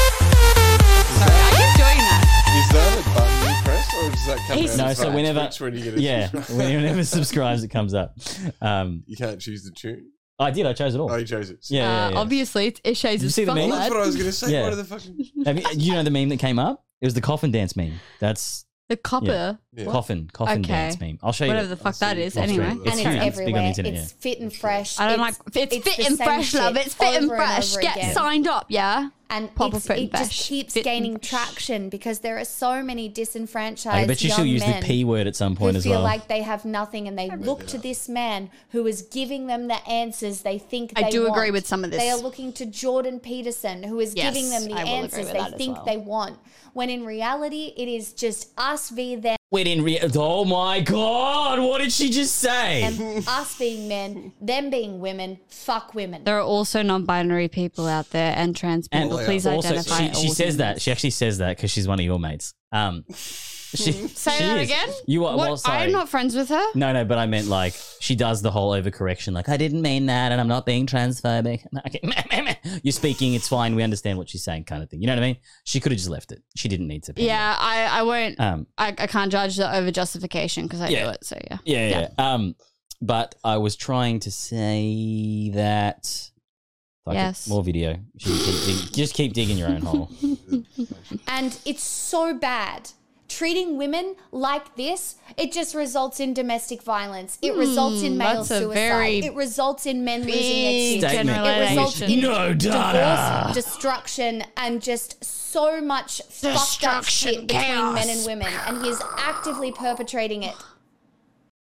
Sorry, I keep doing that.
Is that a button you press, or does that come out?
He's-
of
No, so
Twitch
whenever,
when you get a
yeah,
subscribe?
whenever subscribes, it comes up. Um,
you can't choose the tune.
I did. I chose it all.
Oh, you chose it.
Yeah, yeah,
Uh,
yeah.
Obviously, it's Ishays
Did you
as
see the
fuck.
meme?
Well, that's
lad.
what I was going to say.
Yeah.
What are the fucking?
Have you, you know the meme that came up? It was the coffin dance meme. That's
The
yeah.
copper.
coffin coffin
Okay.
dance meme. I'll show you
Whatever the fuck that is.
I'll show you.
Anyway.
and it's
huge. big on the
everywhere. It's
internet, yeah.
fit and fresh.
I don't like
It's-
it's, fit
the
and
same
fresh, love.
shit
It's fit and
over
fresh.
over
Get
again.
signed up, yeah.
and
Pop
it's,
up and
it just
bash.
keeps
Fit and
gaining traction because there are so many disenfranchised
I bet you
young
she'll use
men
the P word at some point
who
as
feel
well.
like they have nothing and they look to this man who is giving them the answers they think
I
they
do agree
want.
with some of this.
They are looking to Jordan Peterson who is
Yes,
giving them the
I will agree
answers
with
they
that as
think
well.
they want when in reality it is just us v them
Wait, in re- oh my god, what did she just say?
and us being men, them being women, fuck women.
There are also non-binary people out there and trans people. Please identify.
she,
all
she says
humans.
that she actually says that because she's one of your mates. Um, she,
Say
she
that
is.
again.
You are.
What?
Well, sorry.
I'm not friends with her.
No, no, but I meant like she does the whole overcorrection. Like I didn't mean that, and I'm not being transphobic. Okay, you're speaking. It's fine. We understand what she's saying, kind of thing. You know what I mean? She could have just left it. She didn't need to. be.
Yeah, I, I won't.
Um,
I, I can't judge the over justification because I
Yeah.
do it. So yeah.
Yeah, yeah. yeah. Um, but I was trying to say that. Fuck it,
Yes.
More video. She can keep dig- just keep digging your own hole.
and it's so bad. Treating women like this, it just results in domestic violence. It results in
Hmm,
male
that's a
suicide.
very
it results in men losing
big
their kids.
Statement.
It results in
No data.
divorce, destruction, and just so much fucked up shit
Destruction,
between men and
chaos.
women. And he's actively perpetrating it.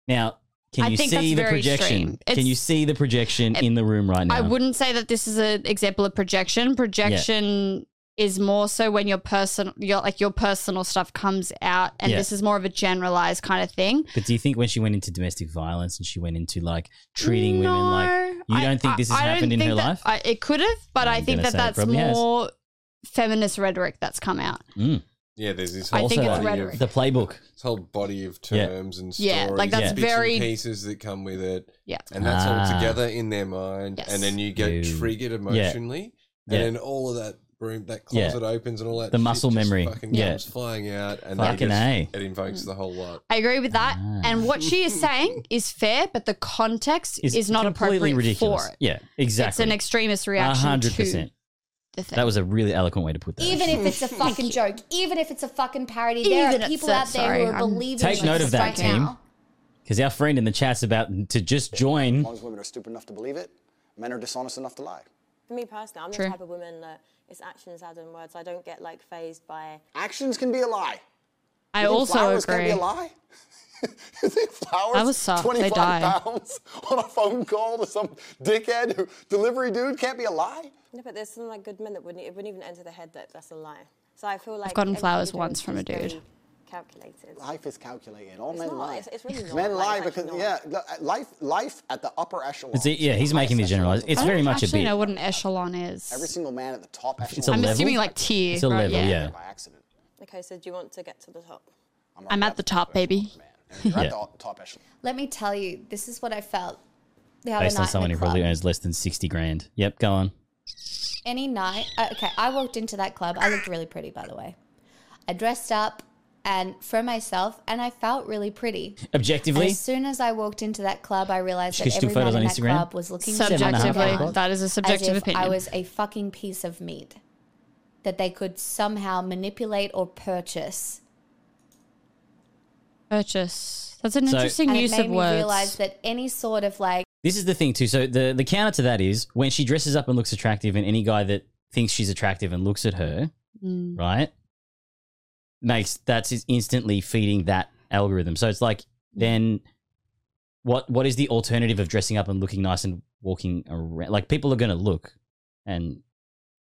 Now, can
I
you
think
see
that's
the
very
projection?
extreme. It's-
Can you see the projection in the room right now?
I wouldn't say that this is an example of projection. Projection is more so when your person, your like your personal stuff comes out, and
Yeah.
this is more of a generalized kind of thing.
But do you think when she went into domestic violence and she went into like treating women like you
I-
don't think
I-
this has
I don't
happened in
think
her
that-
life?
I, it could have, but i
I'm
think
gonna
that
say it
that's
probably has.
more feminist rhetoric that's come out.
Mm.
Yeah, there's this
I
whole
think it's
body
rhetoric.
of
The playbook.
this whole body of
Yeah.
terms and stories,
Yeah, like that's
and bits
very-
and pieces that come with it.
Yeah.
and that's all
Ah.
together in their mind,
Yes.
and then you get
Ooh.
triggered
Yeah.
emotionally,
Yeah.
and then all of that room, that
Yeah.
closet opens, and all that
The
shit
muscle
just
memory.
fucking
Yeah.
comes flying out, and
Fucking
they
A.
just, it invokes
Mm.
the whole lot.
I agree with that.
Ah.
And what she is saying is fair, but the context
It's
is not
completely
appropriate
ridiculous.
for it.
Yeah, exactly.
It's an extremist
A
reaction
hundred
to
percent.
the thing.
That was a really eloquent way to put that.
Even if it's a fucking joke, even if it's a fucking parody, there
Even
are
if
people out
it's a-
there
sorry,
who are
I'm-
believing
Take
this
note of that,
right
team.
now.
Because our friend in the chat's about to just
As
join.
long as women are stupid enough to believe it, men are dishonest enough to lie.
For me personally, I'm
True.
the type of woman that it's actions rather than words. I don't get like phased by.
Actions can be a lie.
I
You think
also
flowers Can be a
agree.
lie. you think flowers?
That was soft. They
25
die.
pounds on a phone call to some dickhead who, delivery dude can't be a lie.
No, but there's some like good men that wouldn't. It wouldn't even enter their head that that's a lie. So I feel like
gotten
everything
flowers
you do
once
is
from a
just very
dude.
Calculated.
Life is calculated. All
It's
men
not.
lie.
It's- it's really not.
Men
Like,
lie
it's
because
actually
yeah, li- life life at the upper echelon.
It's a- yeah, he's making these generalize. It's
I
very
don't
much a
actually
bit.
know what an echelon is.
Every single man at the top echelon.
It's a
I'm
level.
assuming like tier.
It's a
right?
level, yeah.
By accident.
Okay, so do you want to get to the top?
I'm at the top, baby.
You're at
Yeah.
the top echelon.
Let me tell you, this is what I felt the other
Based
night.
on
in the
someone who
club.
probably earns less than sixty grand. Yep, go on.
any night. uh, Okay, I walked into that club. I looked really pretty, by the way. I dressed up and for myself, and I felt really pretty. And
Objectively,
as soon as I walked into that club, I realized
She
that
took
everyone
photos
in
on
that
Instagram?
club was looking
Seven and a half
subjectively.
hours.
That is a subjective
as if I
opinion.
was a fucking piece of meat that they could somehow manipulate or purchase.
Purchase. That's an
So-
interesting
and
use
it made
of
me
words.
realize that any sort of like
This is the thing too. So the the counter to that is when she dresses up and looks attractive, and any guy that thinks she's attractive and looks at her,
Mm.
right, makes that's is instantly feeding that algorithm. So it's like
Mm.
then what what is the alternative of dressing up and looking nice and walking around? Like people are going to look and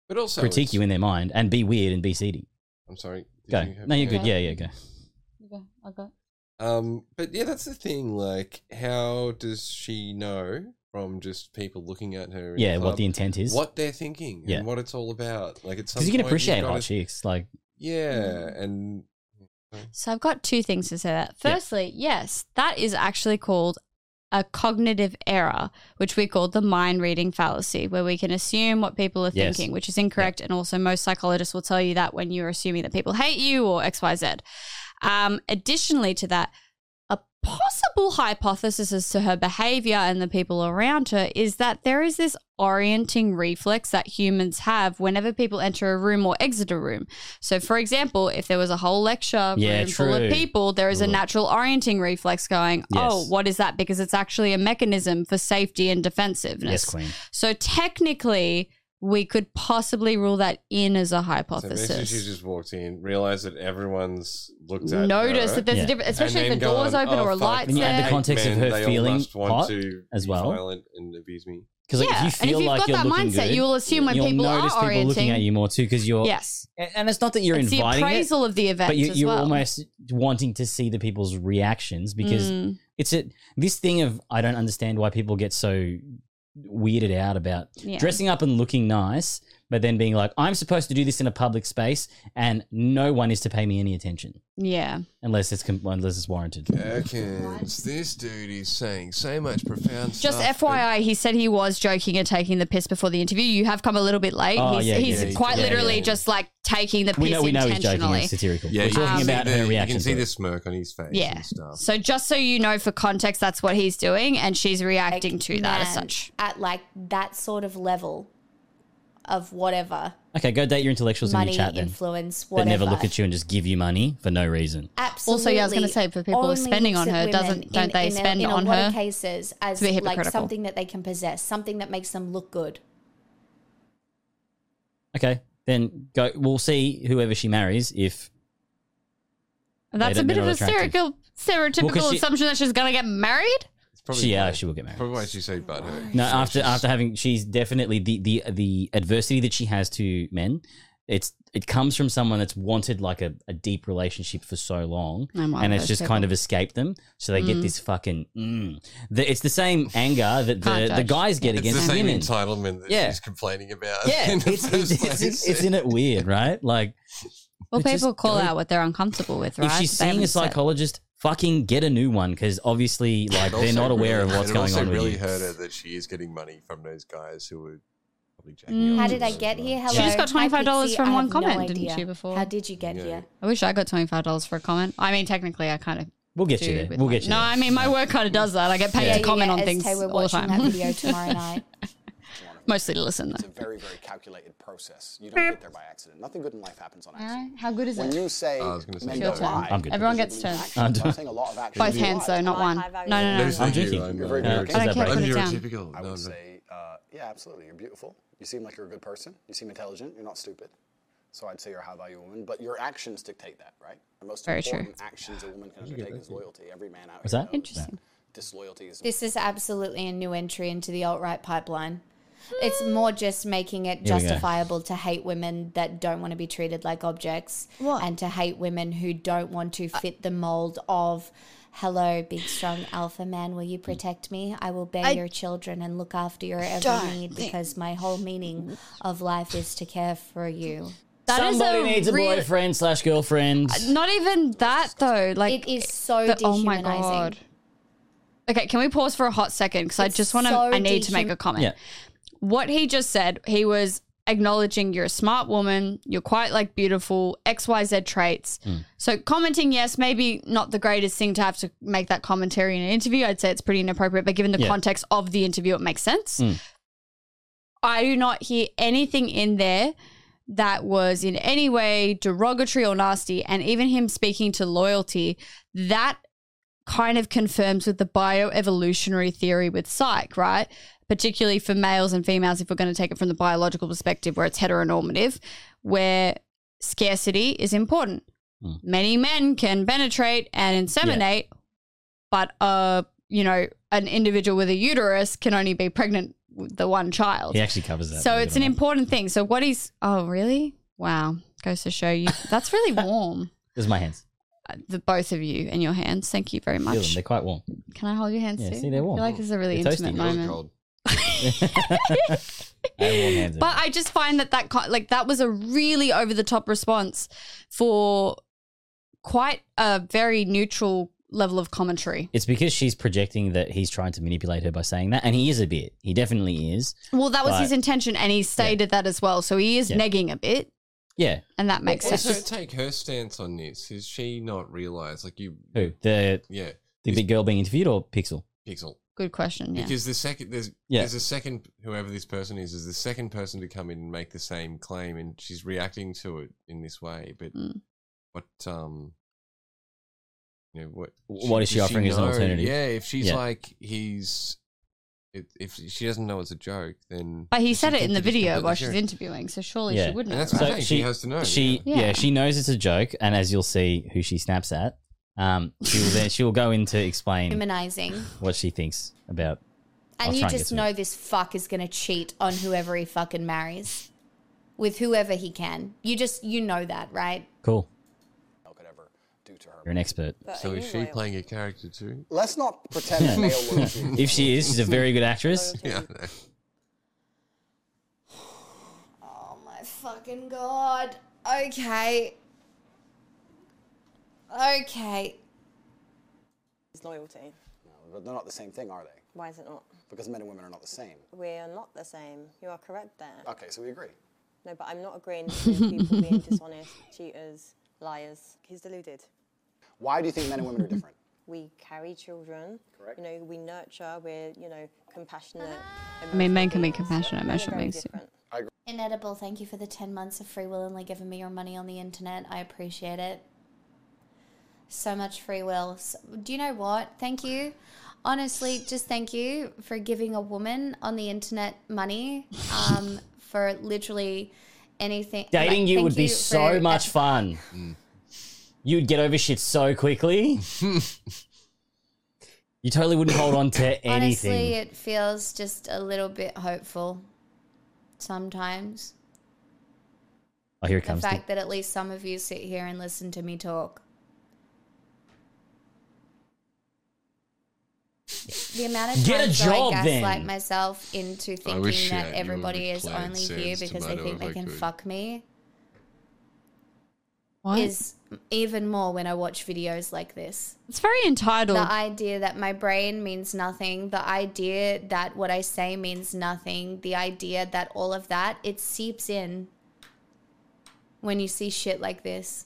But also
critique
it's-
you in their mind and be weird and be seedy.
I'm sorry. did
Go.
you have
no, you're
any-
good. Yeah, yeah, go.
Um, but yeah, that's the thing. Like, how does she know from just people looking at her? in
Yeah,
the
what
club
the intent is.
what they're thinking,
Yeah.
and what it's all about? Like, it's
Because you can appreciate hot cheeks, like
Yeah,
Mm.
and
So I've got two things to say that. Firstly, yes, that is actually called a cognitive error, which we call the mind reading fallacy, where we can assume what people are
Yes.
thinking, which is incorrect. And also, most psychologists will tell you that when you're assuming that people hate you or XYZ. Um, additionally to that, a possible hypothesis as to her behavior and the people around her is that there is this orienting reflex that humans have whenever people enter a room or exit a room. So, for example, if there was a whole lecture
Yeah,
room full
true.
of people, there is a
Ugh.
natural orienting reflex going, oh,
Yes.
what is that? Because it's actually a mechanism for safety and defensiveness.
Yes, queen.
So, technically, we could possibly rule that in as a
So basically,
hypothesis.
she just walked in, realized that everyone's looked at.
Notice
her,
that there's a difference- especially if
and
the
then
door's
gone, "Oh,
open or a
fuck,
light's
I
there."
And the
hate
context of
men,
her
they all
feeling
must want
hot
to
as
be
well.
Violent and abuse me.
Because like,
Yeah,
if you
and if
feel
you've
like
got
you're
that
looking
mindset,
good,
you will assume when
you'll
people are
notice people looking
orienting-
at you more too because you're
yes.
A- and it's not that you're
it's the
inviting it,
appraisal of the event
but you,
as
you're
well.
almost wanting to see the people's reactions because
Mm.
it's a this thing of I don't understand why people get so weirded out about
Yeah.
dressing up and looking nice, but then being like, I'm supposed to do this in a public space, and no one is to pay me any attention
yeah.
unless it's com- unless it's warranted.
Perkins, this dude is saying so much profound
Just
stuff.
FYI, he said he was joking and taking the piss before the interview. You have come a little bit late.
Oh,
he's
yeah,
he's
yeah,
quite
yeah,
literally
yeah.
just like taking the piss
We know, we know he's joking.
intentionally.
It's satirical.
Yeah,
We're
you can
talking
see
about
the-
her
you
reaction.
can see
to it.
the smirk on his face.
yeah. So just so you know, for context, that's what he's doing, and she's reacting to that as
Man,
such.
At like that sort of level of whatever
Okay, go date your intellectuals in
money,
your chat then.
influence,
That
whatever.
never look at you and just give you money for no reason.
Absolutely.
Also, yeah, I was gonna say, for people who are
Only
spending
looks
on
at
her, doesn't-
women
don't they
a-
spend
in
on
a lot
her?
Of cases as
It's a bit
like
hypocritical.
something that they can possess, something that makes them look good.
Okay, then go. We'll see whoever she marries if.
And that's
they
a
don't-
bit
they're
of a
not attractive.
stereotypical, stereotypical
'cause she-
assumption that she's going to get married.
She, yeah, she will get married.
Probably why she said butthurt. her.
No, after after having, she's definitely the the the adversity that she has to men. It's it comes from someone that's wanted like a, a deep relationship for so long,
I'm one
and
of
it's
those
just kind
people.
of escaped them. So they get
Mm.
this fucking. Mm. The, it's the same anger that
Can't
the, the
judge.
guys get
It's
against
the same
women.
entitlement that
Yeah.
she's complaining about.
Yeah,
in the
it's, it's,
first
it's,
place.
it's, in it weird, right? Like,
Well,
It's just
people call
go-
out what they're uncomfortable with, right?
if she's
They
seeing a
haven't said-
psychologist, fucking get a new one because obviously, like,
It
they're
also
not aware
really-
of what's
it
going
also
on
really
with you.
hurt her that she is getting money from those guys who were probably jacking
Mm.
off
How
to
did I
her.
Get here, hello.
She just got
Hi,
$25
Pixie,
from
I
one
have no
comment, didn't
idea.
she, before?
How did you get here?
I wish I got twenty five dollars for a comment. I mean, technically, I kind of.
We'll get you
do
there.
with
We'll
my-
get you
No,
there.
I mean, my work kind of does that. I get paid
Yeah.
to comment
Yeah,
on
as
things
Tay, we're
all the
watching
time.
that video tomorrow night.
Mostly to listen though.
It's a very, very calculated process. You don't get there by accident. Nothing good in life happens on
All
accident.
right, how good is
When
it?
you say
I was gonna say
men
no.
don't lie,
I'm good.
Everyone gets turns.
I'm
I'm
done.
saying a lot of action.
Both hands though, not one. No, no, no.
Those
I'm
things you
drinking.
like,
You're
uh,
very good.
uh,
I don't care,
I'm
put it down.
neurotypical.
I
No,
would
no.
say, uh, yeah, absolutely. You're beautiful. You seem like you're a good person. You seem intelligent. You're not stupid. So I'd say you're a high value woman, but your actions dictate that, right? The most
Very true.
important actions a woman can undertake is loyalty. Every man out
What's
here
that?
knows
Interesting.
Disloyalty is
This is absolutely a new entry into the alt right pipeline. It's
Hmm.
more just making it
Here we go.
justifiable to hate women that don't want to be treated like objects and to hate women who don't want to fit the mold of hello big strong alpha man will you protect me i will bear
I
your children and look after your every
don't
need
think-
because my whole meaning
Mm-hmm.
of life is to care for you
That is
Somebody
a
needs a
real-
boyfriend slash girlfriend.
Uh,
Not even that though. Like
it is so
but- Oh my
dehumanizing.
god. Okay, can we pause for a hot second? Because I
It's
just want to.
so
I need to make a
dehum-
comment.
Yeah.
What he just said, he was acknowledging you're a smart woman, you're quite like beautiful, X Y Z traits.
Mm.
So commenting, yes, maybe not the greatest thing to have to make that commentary in an interview. I'd say it's pretty inappropriate, but given the
Yeah.
context of the interview, it makes sense.
Mm.
I do not hear anything in there that was in any way derogatory or nasty. And even him speaking to loyalty, that kind of confirms with the bioevolutionary theory with psych, right? Particularly for males and females, if we're going to take it from the biological perspective where it's heteronormative, where scarcity is important.
Mm.
Many men can penetrate and inseminate, but uh, you know, an individual with a uterus can only be pregnant with the one child.
He actually covers that.
So
believe
it's
it
an
or not.
important thing. So what he's oh really? Wow. Goes to show you that's really warm.
There's my hands.
Uh, The both of you and your hands. Thank you very
Feel them.
much.
They're quite warm.
Can I hold your hands
Yeah,
too?
see, they're warm.
I feel like this is a really
They're toasty.
intimate
Really
moment.
cold. I have warm hands.
But I just find that that co- like that was a really over the top response for quite a very neutral level of commentary.
It's because she's projecting that he's trying to manipulate her by saying that, and he is a bit. He definitely is.
Well, that was
But-
his intention, and he stated that as well. So he is
Yeah.
negging a bit,
Yeah.
and that makes
Also,
sense.
take her stance on this. Is she not realize like you?
Who the
Yeah,
the big girl being interviewed or Pixel?
Pixel.
Good question. Yeah.
Because the second there's
Yeah.
there's a second whoever this person is is the second person to come in and make the same claim, and she's reacting to it in this way. But
Mm.
what um, you know what
What is she
does
offering as an
know?
alternative?
Yeah, if she's
Yeah.
like he's if, if she doesn't know it's a joke, then.
But he
she
said it
could
in the
be just
video
completely
while she's
serious.
interviewing, so surely she wouldn't.
And
have,
that's what
right?
I'm saying. She has to know.
She
yeah.
yeah.
Yeah.
she knows it's a joke, and as you'll see, who she snaps at, um, she will then she will go into explain
Humanizing.
what she thinks about. I'll
And you
try get
just
to it.
know this fuck is going to cheat on whoever he fucking marries with whoever he can. You just, you know that, right?
Cool. You're an expert.
So is she playing a character too?
Let's not pretend that male loyalty.
if she is, she's a very good actress.
Yeah.
Oh my fucking god. Okay. Okay.
is loyalty.
But they're not the same thing, are they?
Why is it not?
Because men and women are not the same.
We are not the same. You are correct there.
Okay, so we agree.
No, but I'm not agreeing with people being dishonest, cheaters, liars. He's deluded.
Why do you think men and women are different?
We carry children. Correct. You know, we nurture. We're you know compassionate.
I mean, men can be compassionate, emotional beings. too.
Inedible, thank you for the 10 months of free willingly giving me your money on the internet. I appreciate it. So much free will. S do you know what? Thank you. Honestly, just thank you for giving a woman on the internet money um, for literally anything.
Dating
like,
you
thank
would be so
for-
much fun.
Mm.
You'd get over shit so quickly. you totally wouldn't hold on to anything.
Honestly, it feels just a little bit hopeful sometimes.
oh, here it
The
comes.
fact that at least some of you sit here and listen to me talk. The amount of
Get a
times that I
job, then.
gaslight myself into thinking
wish,
that
yeah, you
everybody
would
is
plant
only here
seeds
because they
tomato
think
if
they
I
can
could.
fuck me
What?
is even more when I watch videos like this.
It's very entitled.
The idea that my brain means nothing, the idea that what I say means nothing, the idea that all of that, it seeps in when you see shit like this.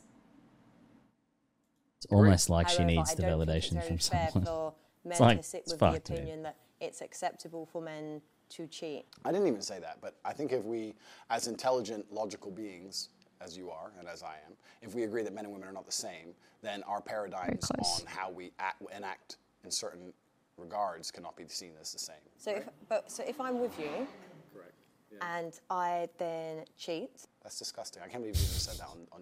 It's almost like she
However,
needs
I
the
don't think
validation from
it's very fair
someone.
for men
It's like,
to sit
it's
with the
fucked, dude.
opinion that it's acceptable for men to cheat.
I didn't even say that, but I think if we, as intelligent, logical beings, as you are and as I am, if we agree that men and women are not the same, then our paradigms on how we act, enact in certain regards cannot be seen as the same.
So, if, but so if I'm with you, correct, and I then cheat,
That's disgusting. I can't believe you just said that on, on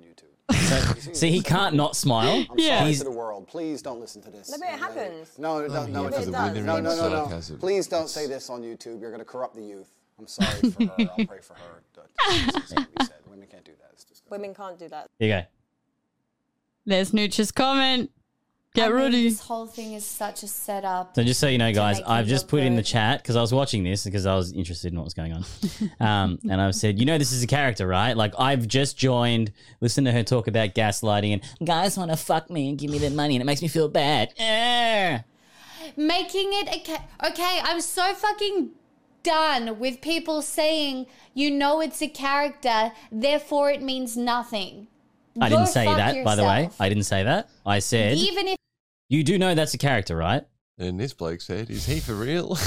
YouTube.
See, he can't not smile.
I'm sorry
He's
to the world. Please don't listen to this.
No, but it
And then-
happens.
No, no,
Oh,
no, no,
yeah, but it
it doesn't.
does.
No, no, no, no.
Sarcasm.
Please don't say this on YouTube. You're going to corrupt the youth. I'm sorry for her. I'll pray for her. That's what we said. Women can't do that. It's disgusting.
women can't do that.
Here you go.
There's Nooch's comment.
I
Get
mean,
ready.
This whole thing is such a setup.
So just so you know, guys,
make you
I've just
look
put in the
good.
chat because I was watching this because I was interested in what was going on, um, and I've said, you know, this is a character, right? Like I've just joined. Listen to her talk about gaslighting and guys want to fuck me and give me their money, and it makes me feel bad. Eh.
Making it okay. Okay, I'm so fucking done with people saying, you know, it's a character, therefore it means nothing.
I
Go
didn't say
fuck
that, by the way.
yourself.
I didn't say that. I said,
Even if
you do know that's a character, right?
And this bloke said, "Is he for real?"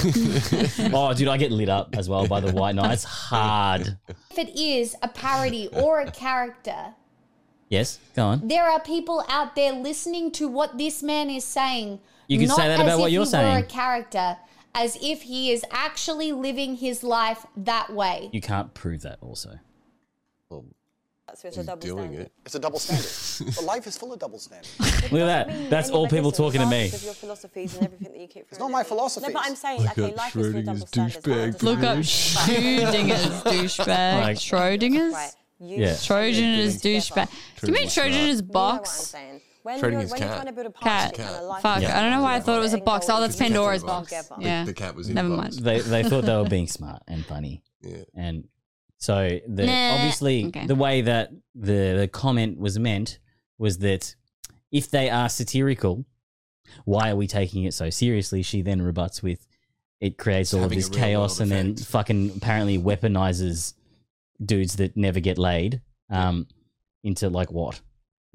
oh, dude, I get lit up as well by the white knight. It's hard.
if it is a parody or a character,
Yes, go on.
there are people out there listening to what this man is saying.
You can
not
say that about
as
what
if
you're
he Were a
saying.
character, as if he is actually living his life that way.
You can't prove that. Also,
That's with a double standard.
It's a double standard. but life is full of double standards.
look at that. That's all people talking to me.
Of your philosophies and everything that you keep.
It's not my philosophy.
No, but I'm saying, okay, life is full of double standards.
douchebag.
Look up Schrodinger's douchebag.
Like-
Schrodinger's?
Right. You
Yeah.
Schrodinger's douchebag. Do you mean
Schrodinger's
Schrodinger's
I'm
box?
saying when you're,
Trading
when
his
you're
cat.
trying to build a
Cat.
partnership and a life,
Fuck. I don't know why I thought it was a box. Oh, that's
Cat in a
Pandora's
box.
box.
The-
Yeah.
the cat was in
Never
the
mind.
box.
they they thought they were being smart and funny.
Yeah.
And so the
Nah.
obviously
Okay.
the way that the, the comment was meant was that if they are satirical, why are we taking it so seriously? She then rebuts with it creates all of
having
this
a real
chaos and
world
then
effect.
fucking apparently weaponizes dudes that never get laid um, into like what?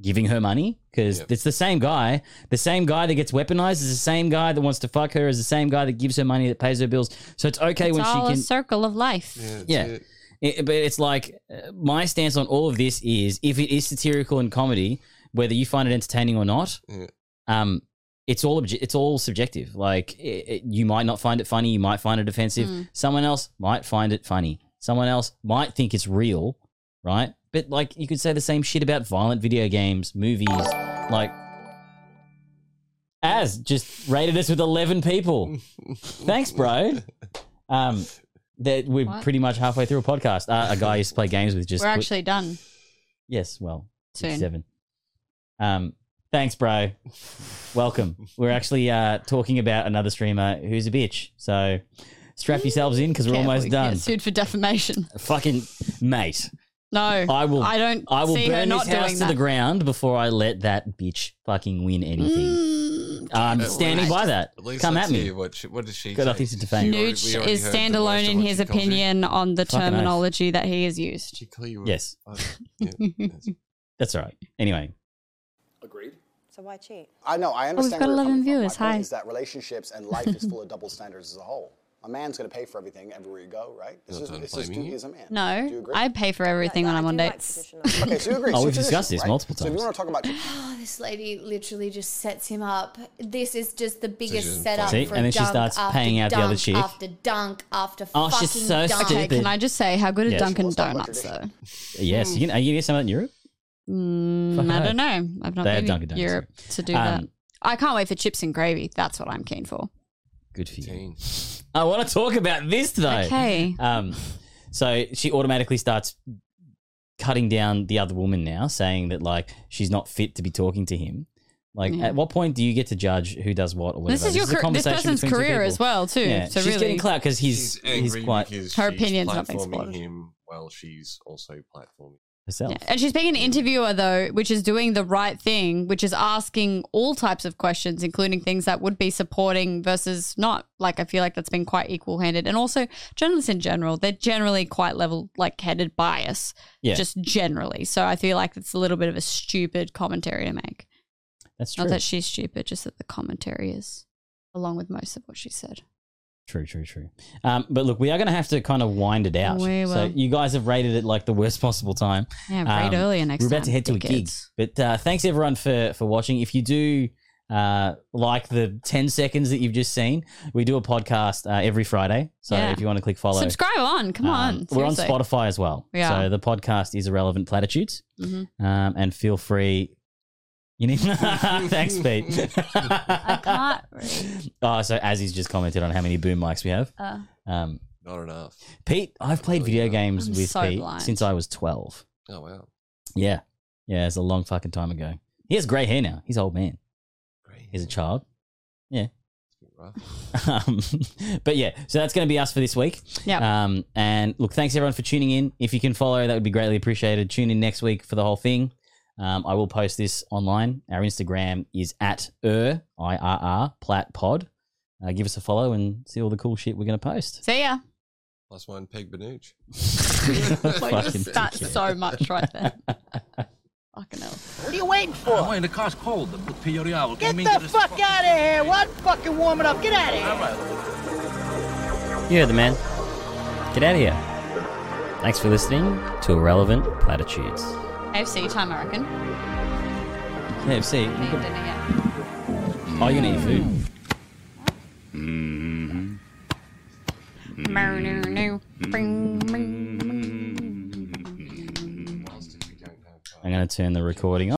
Giving her money because
Yep.
it's the same guy. The same guy that gets weaponized is the same guy that wants to fuck her is the same guy that gives her money that pays her bills. So it's okay
It's
when she
all
can
a circle of life.
Yeah.
Yeah. it, but it's like uh, my stance on all of this is if it is satirical and comedy, whether you find it entertaining or not,
Yeah.
um, it's all obje- it's all subjective. Like it, it- you might not find it funny, you might find it offensive.
Hmm.
Mm.
Someone else might find it funny. Someone else might think it's real, right? But like you could say the same shit about violent video games, movies, like as just rated us with 11 people. Thanks, bro. Um that we're
What?
pretty much halfway through a podcast. Uh, a guy I used to play games with just
We're
put-
actually done.
Yes, well, six,
Soon.
seven. Um, thanks, bro. Welcome. We're actually uh, talking about another streamer who's a bitch. So strap yourselves in because we're
Mm, Careful,
almost
you can
done.
Get sued for defamation.
Fucking mate.
No,
I will.
I don't.
I will
see
burn
her not
this house
doing
to
that.
the ground before I let that bitch fucking win
Mm,
anything. I'm
At
standing
least-
by that.
at least
Come
let's
at me.
hear What, she, what did she
Got
say?
nothing to defend.
We
Nooch
already- we
is
already heard the
standalone
worst of
in
what
his
she calls you.
opinion on the
Fucking oath.
terminology that he has used.
Yes. That's all right. Anyway,
Agreed.
So why cheat?
I know, I
Oh, we've
understand.
got
where you're coming
11
from. My
viewers.
point
Hi.
Is that relationships and life is full of double standards as a whole? A man's going to pay for everything everywhere you go, right? It's
Not
just,
done
it's just
blaming
duty
you.
as a man. Do you
No,
agree?
I pay for everything when I'm on dates.
Okay, so you agree.
Oh,
so
we've discussed
tradition,
this
right?
multiple
So if you
times.
want to talk about
Oh, this lady literally just sets him up. This is just the biggest
doesn't
setup
follow. See?
for
And then she
dunk
starts
after
paying out the other
dunk
chick.
after dunk after
Oh,
fucking
she's so
dunk.
Okay,
Stupid.
can I just say how good are
Yes.
Dunkin' Donuts though?
yes. You can, are you gonna get some of that in Europe? Fuck
Mm, I
no.
don't know. I've not
They have
been
Dunkin'
in
Donuts
Europe to do
Um,
that. I can't wait for chips and gravy. That's what I'm keen for.
Good for you. Oh, I want to talk about this though.
Okay.
Um, so she automatically starts cutting down the other woman now, saying that like she's not fit to be talking to him. Like,
Yeah.
at what point do you get to judge who does what or whatever?
This is your
a
car- this
conversation
person's
between two
career
people.
as well, too,
Yeah.
so
she's
really-
getting clapped because he's
She's angry
he's quite
because
Her
she's
opinion's not being
platforming
supported.
him while she's also platforming
herself.
Yeah, And she's being an interviewer, though, which is doing the right thing, which is asking all types of questions, including things that would be supporting versus not. Like, I feel like that's been quite equal handed. And also, journalists in general, they're generally quite level, like, headed bias,
Yeah.
just generally. So I feel like it's a little bit of a stupid commentary to make.
That's
Not
true.
that she's stupid, just that the commentary is along with most of what she said.
True, true, true. Um, but look, we are going to have to kind of wind it out.
We
So
will.
you guys have rated it like the worst possible time.
Yeah, rate earlier next
Um, We're about
time,
to head to a gig,
dickheads.
but uh, thanks everyone for for watching. If you do uh, like the ten seconds that you've just seen, we do a podcast uh, every Friday. So
Yeah.
if you want to click follow,
Subscribe on. Come
Um,
on.
We're on
seriously.
Spotify as well.
We are.
So the podcast is Irrelevant Platitudes.
Mhm.
Um, and feel free. You need thanks, Pete. I
can't.
Oh, so Azzy's just commented on how many boom mics we have.
Uh.
um,
Not enough.
Pete, I've played video games
Oh, I'm
with
so
Pete
blind.
since I was twelve.
Oh wow.
Yeah, yeah, it's a long fucking time ago. He has grey hair now. He's an old man. He's a child. Yeah. Um, but yeah, so that's going to be us for this week.
Yep.
Um, and look, thanks everyone for tuning in. If you can follow, that would be greatly appreciated. Tune in next week for the whole thing. Um, I will post this online. Our Instagram is at ir i r r plat pod. Uh, give us a follow and see all the cool shit we're going to post.
See ya.
Plus one peg Benooch.
Fucking dickhead.
That's so much right there. Fucking hell.
What are you waiting for?
I'm waiting to cause cold the Peoria Owl.
Get the fuck out of here! What fucking warming up? Get out of here!
You're the man. Get out of here. Thanks for listening to Irrelevant Platitudes.
AFC time, I reckon.
KFC.
Need dinner yet.
Are you going to eat food?
Meow, meow, meow. Bing, bing, bing.
I'm going to turn the recording off.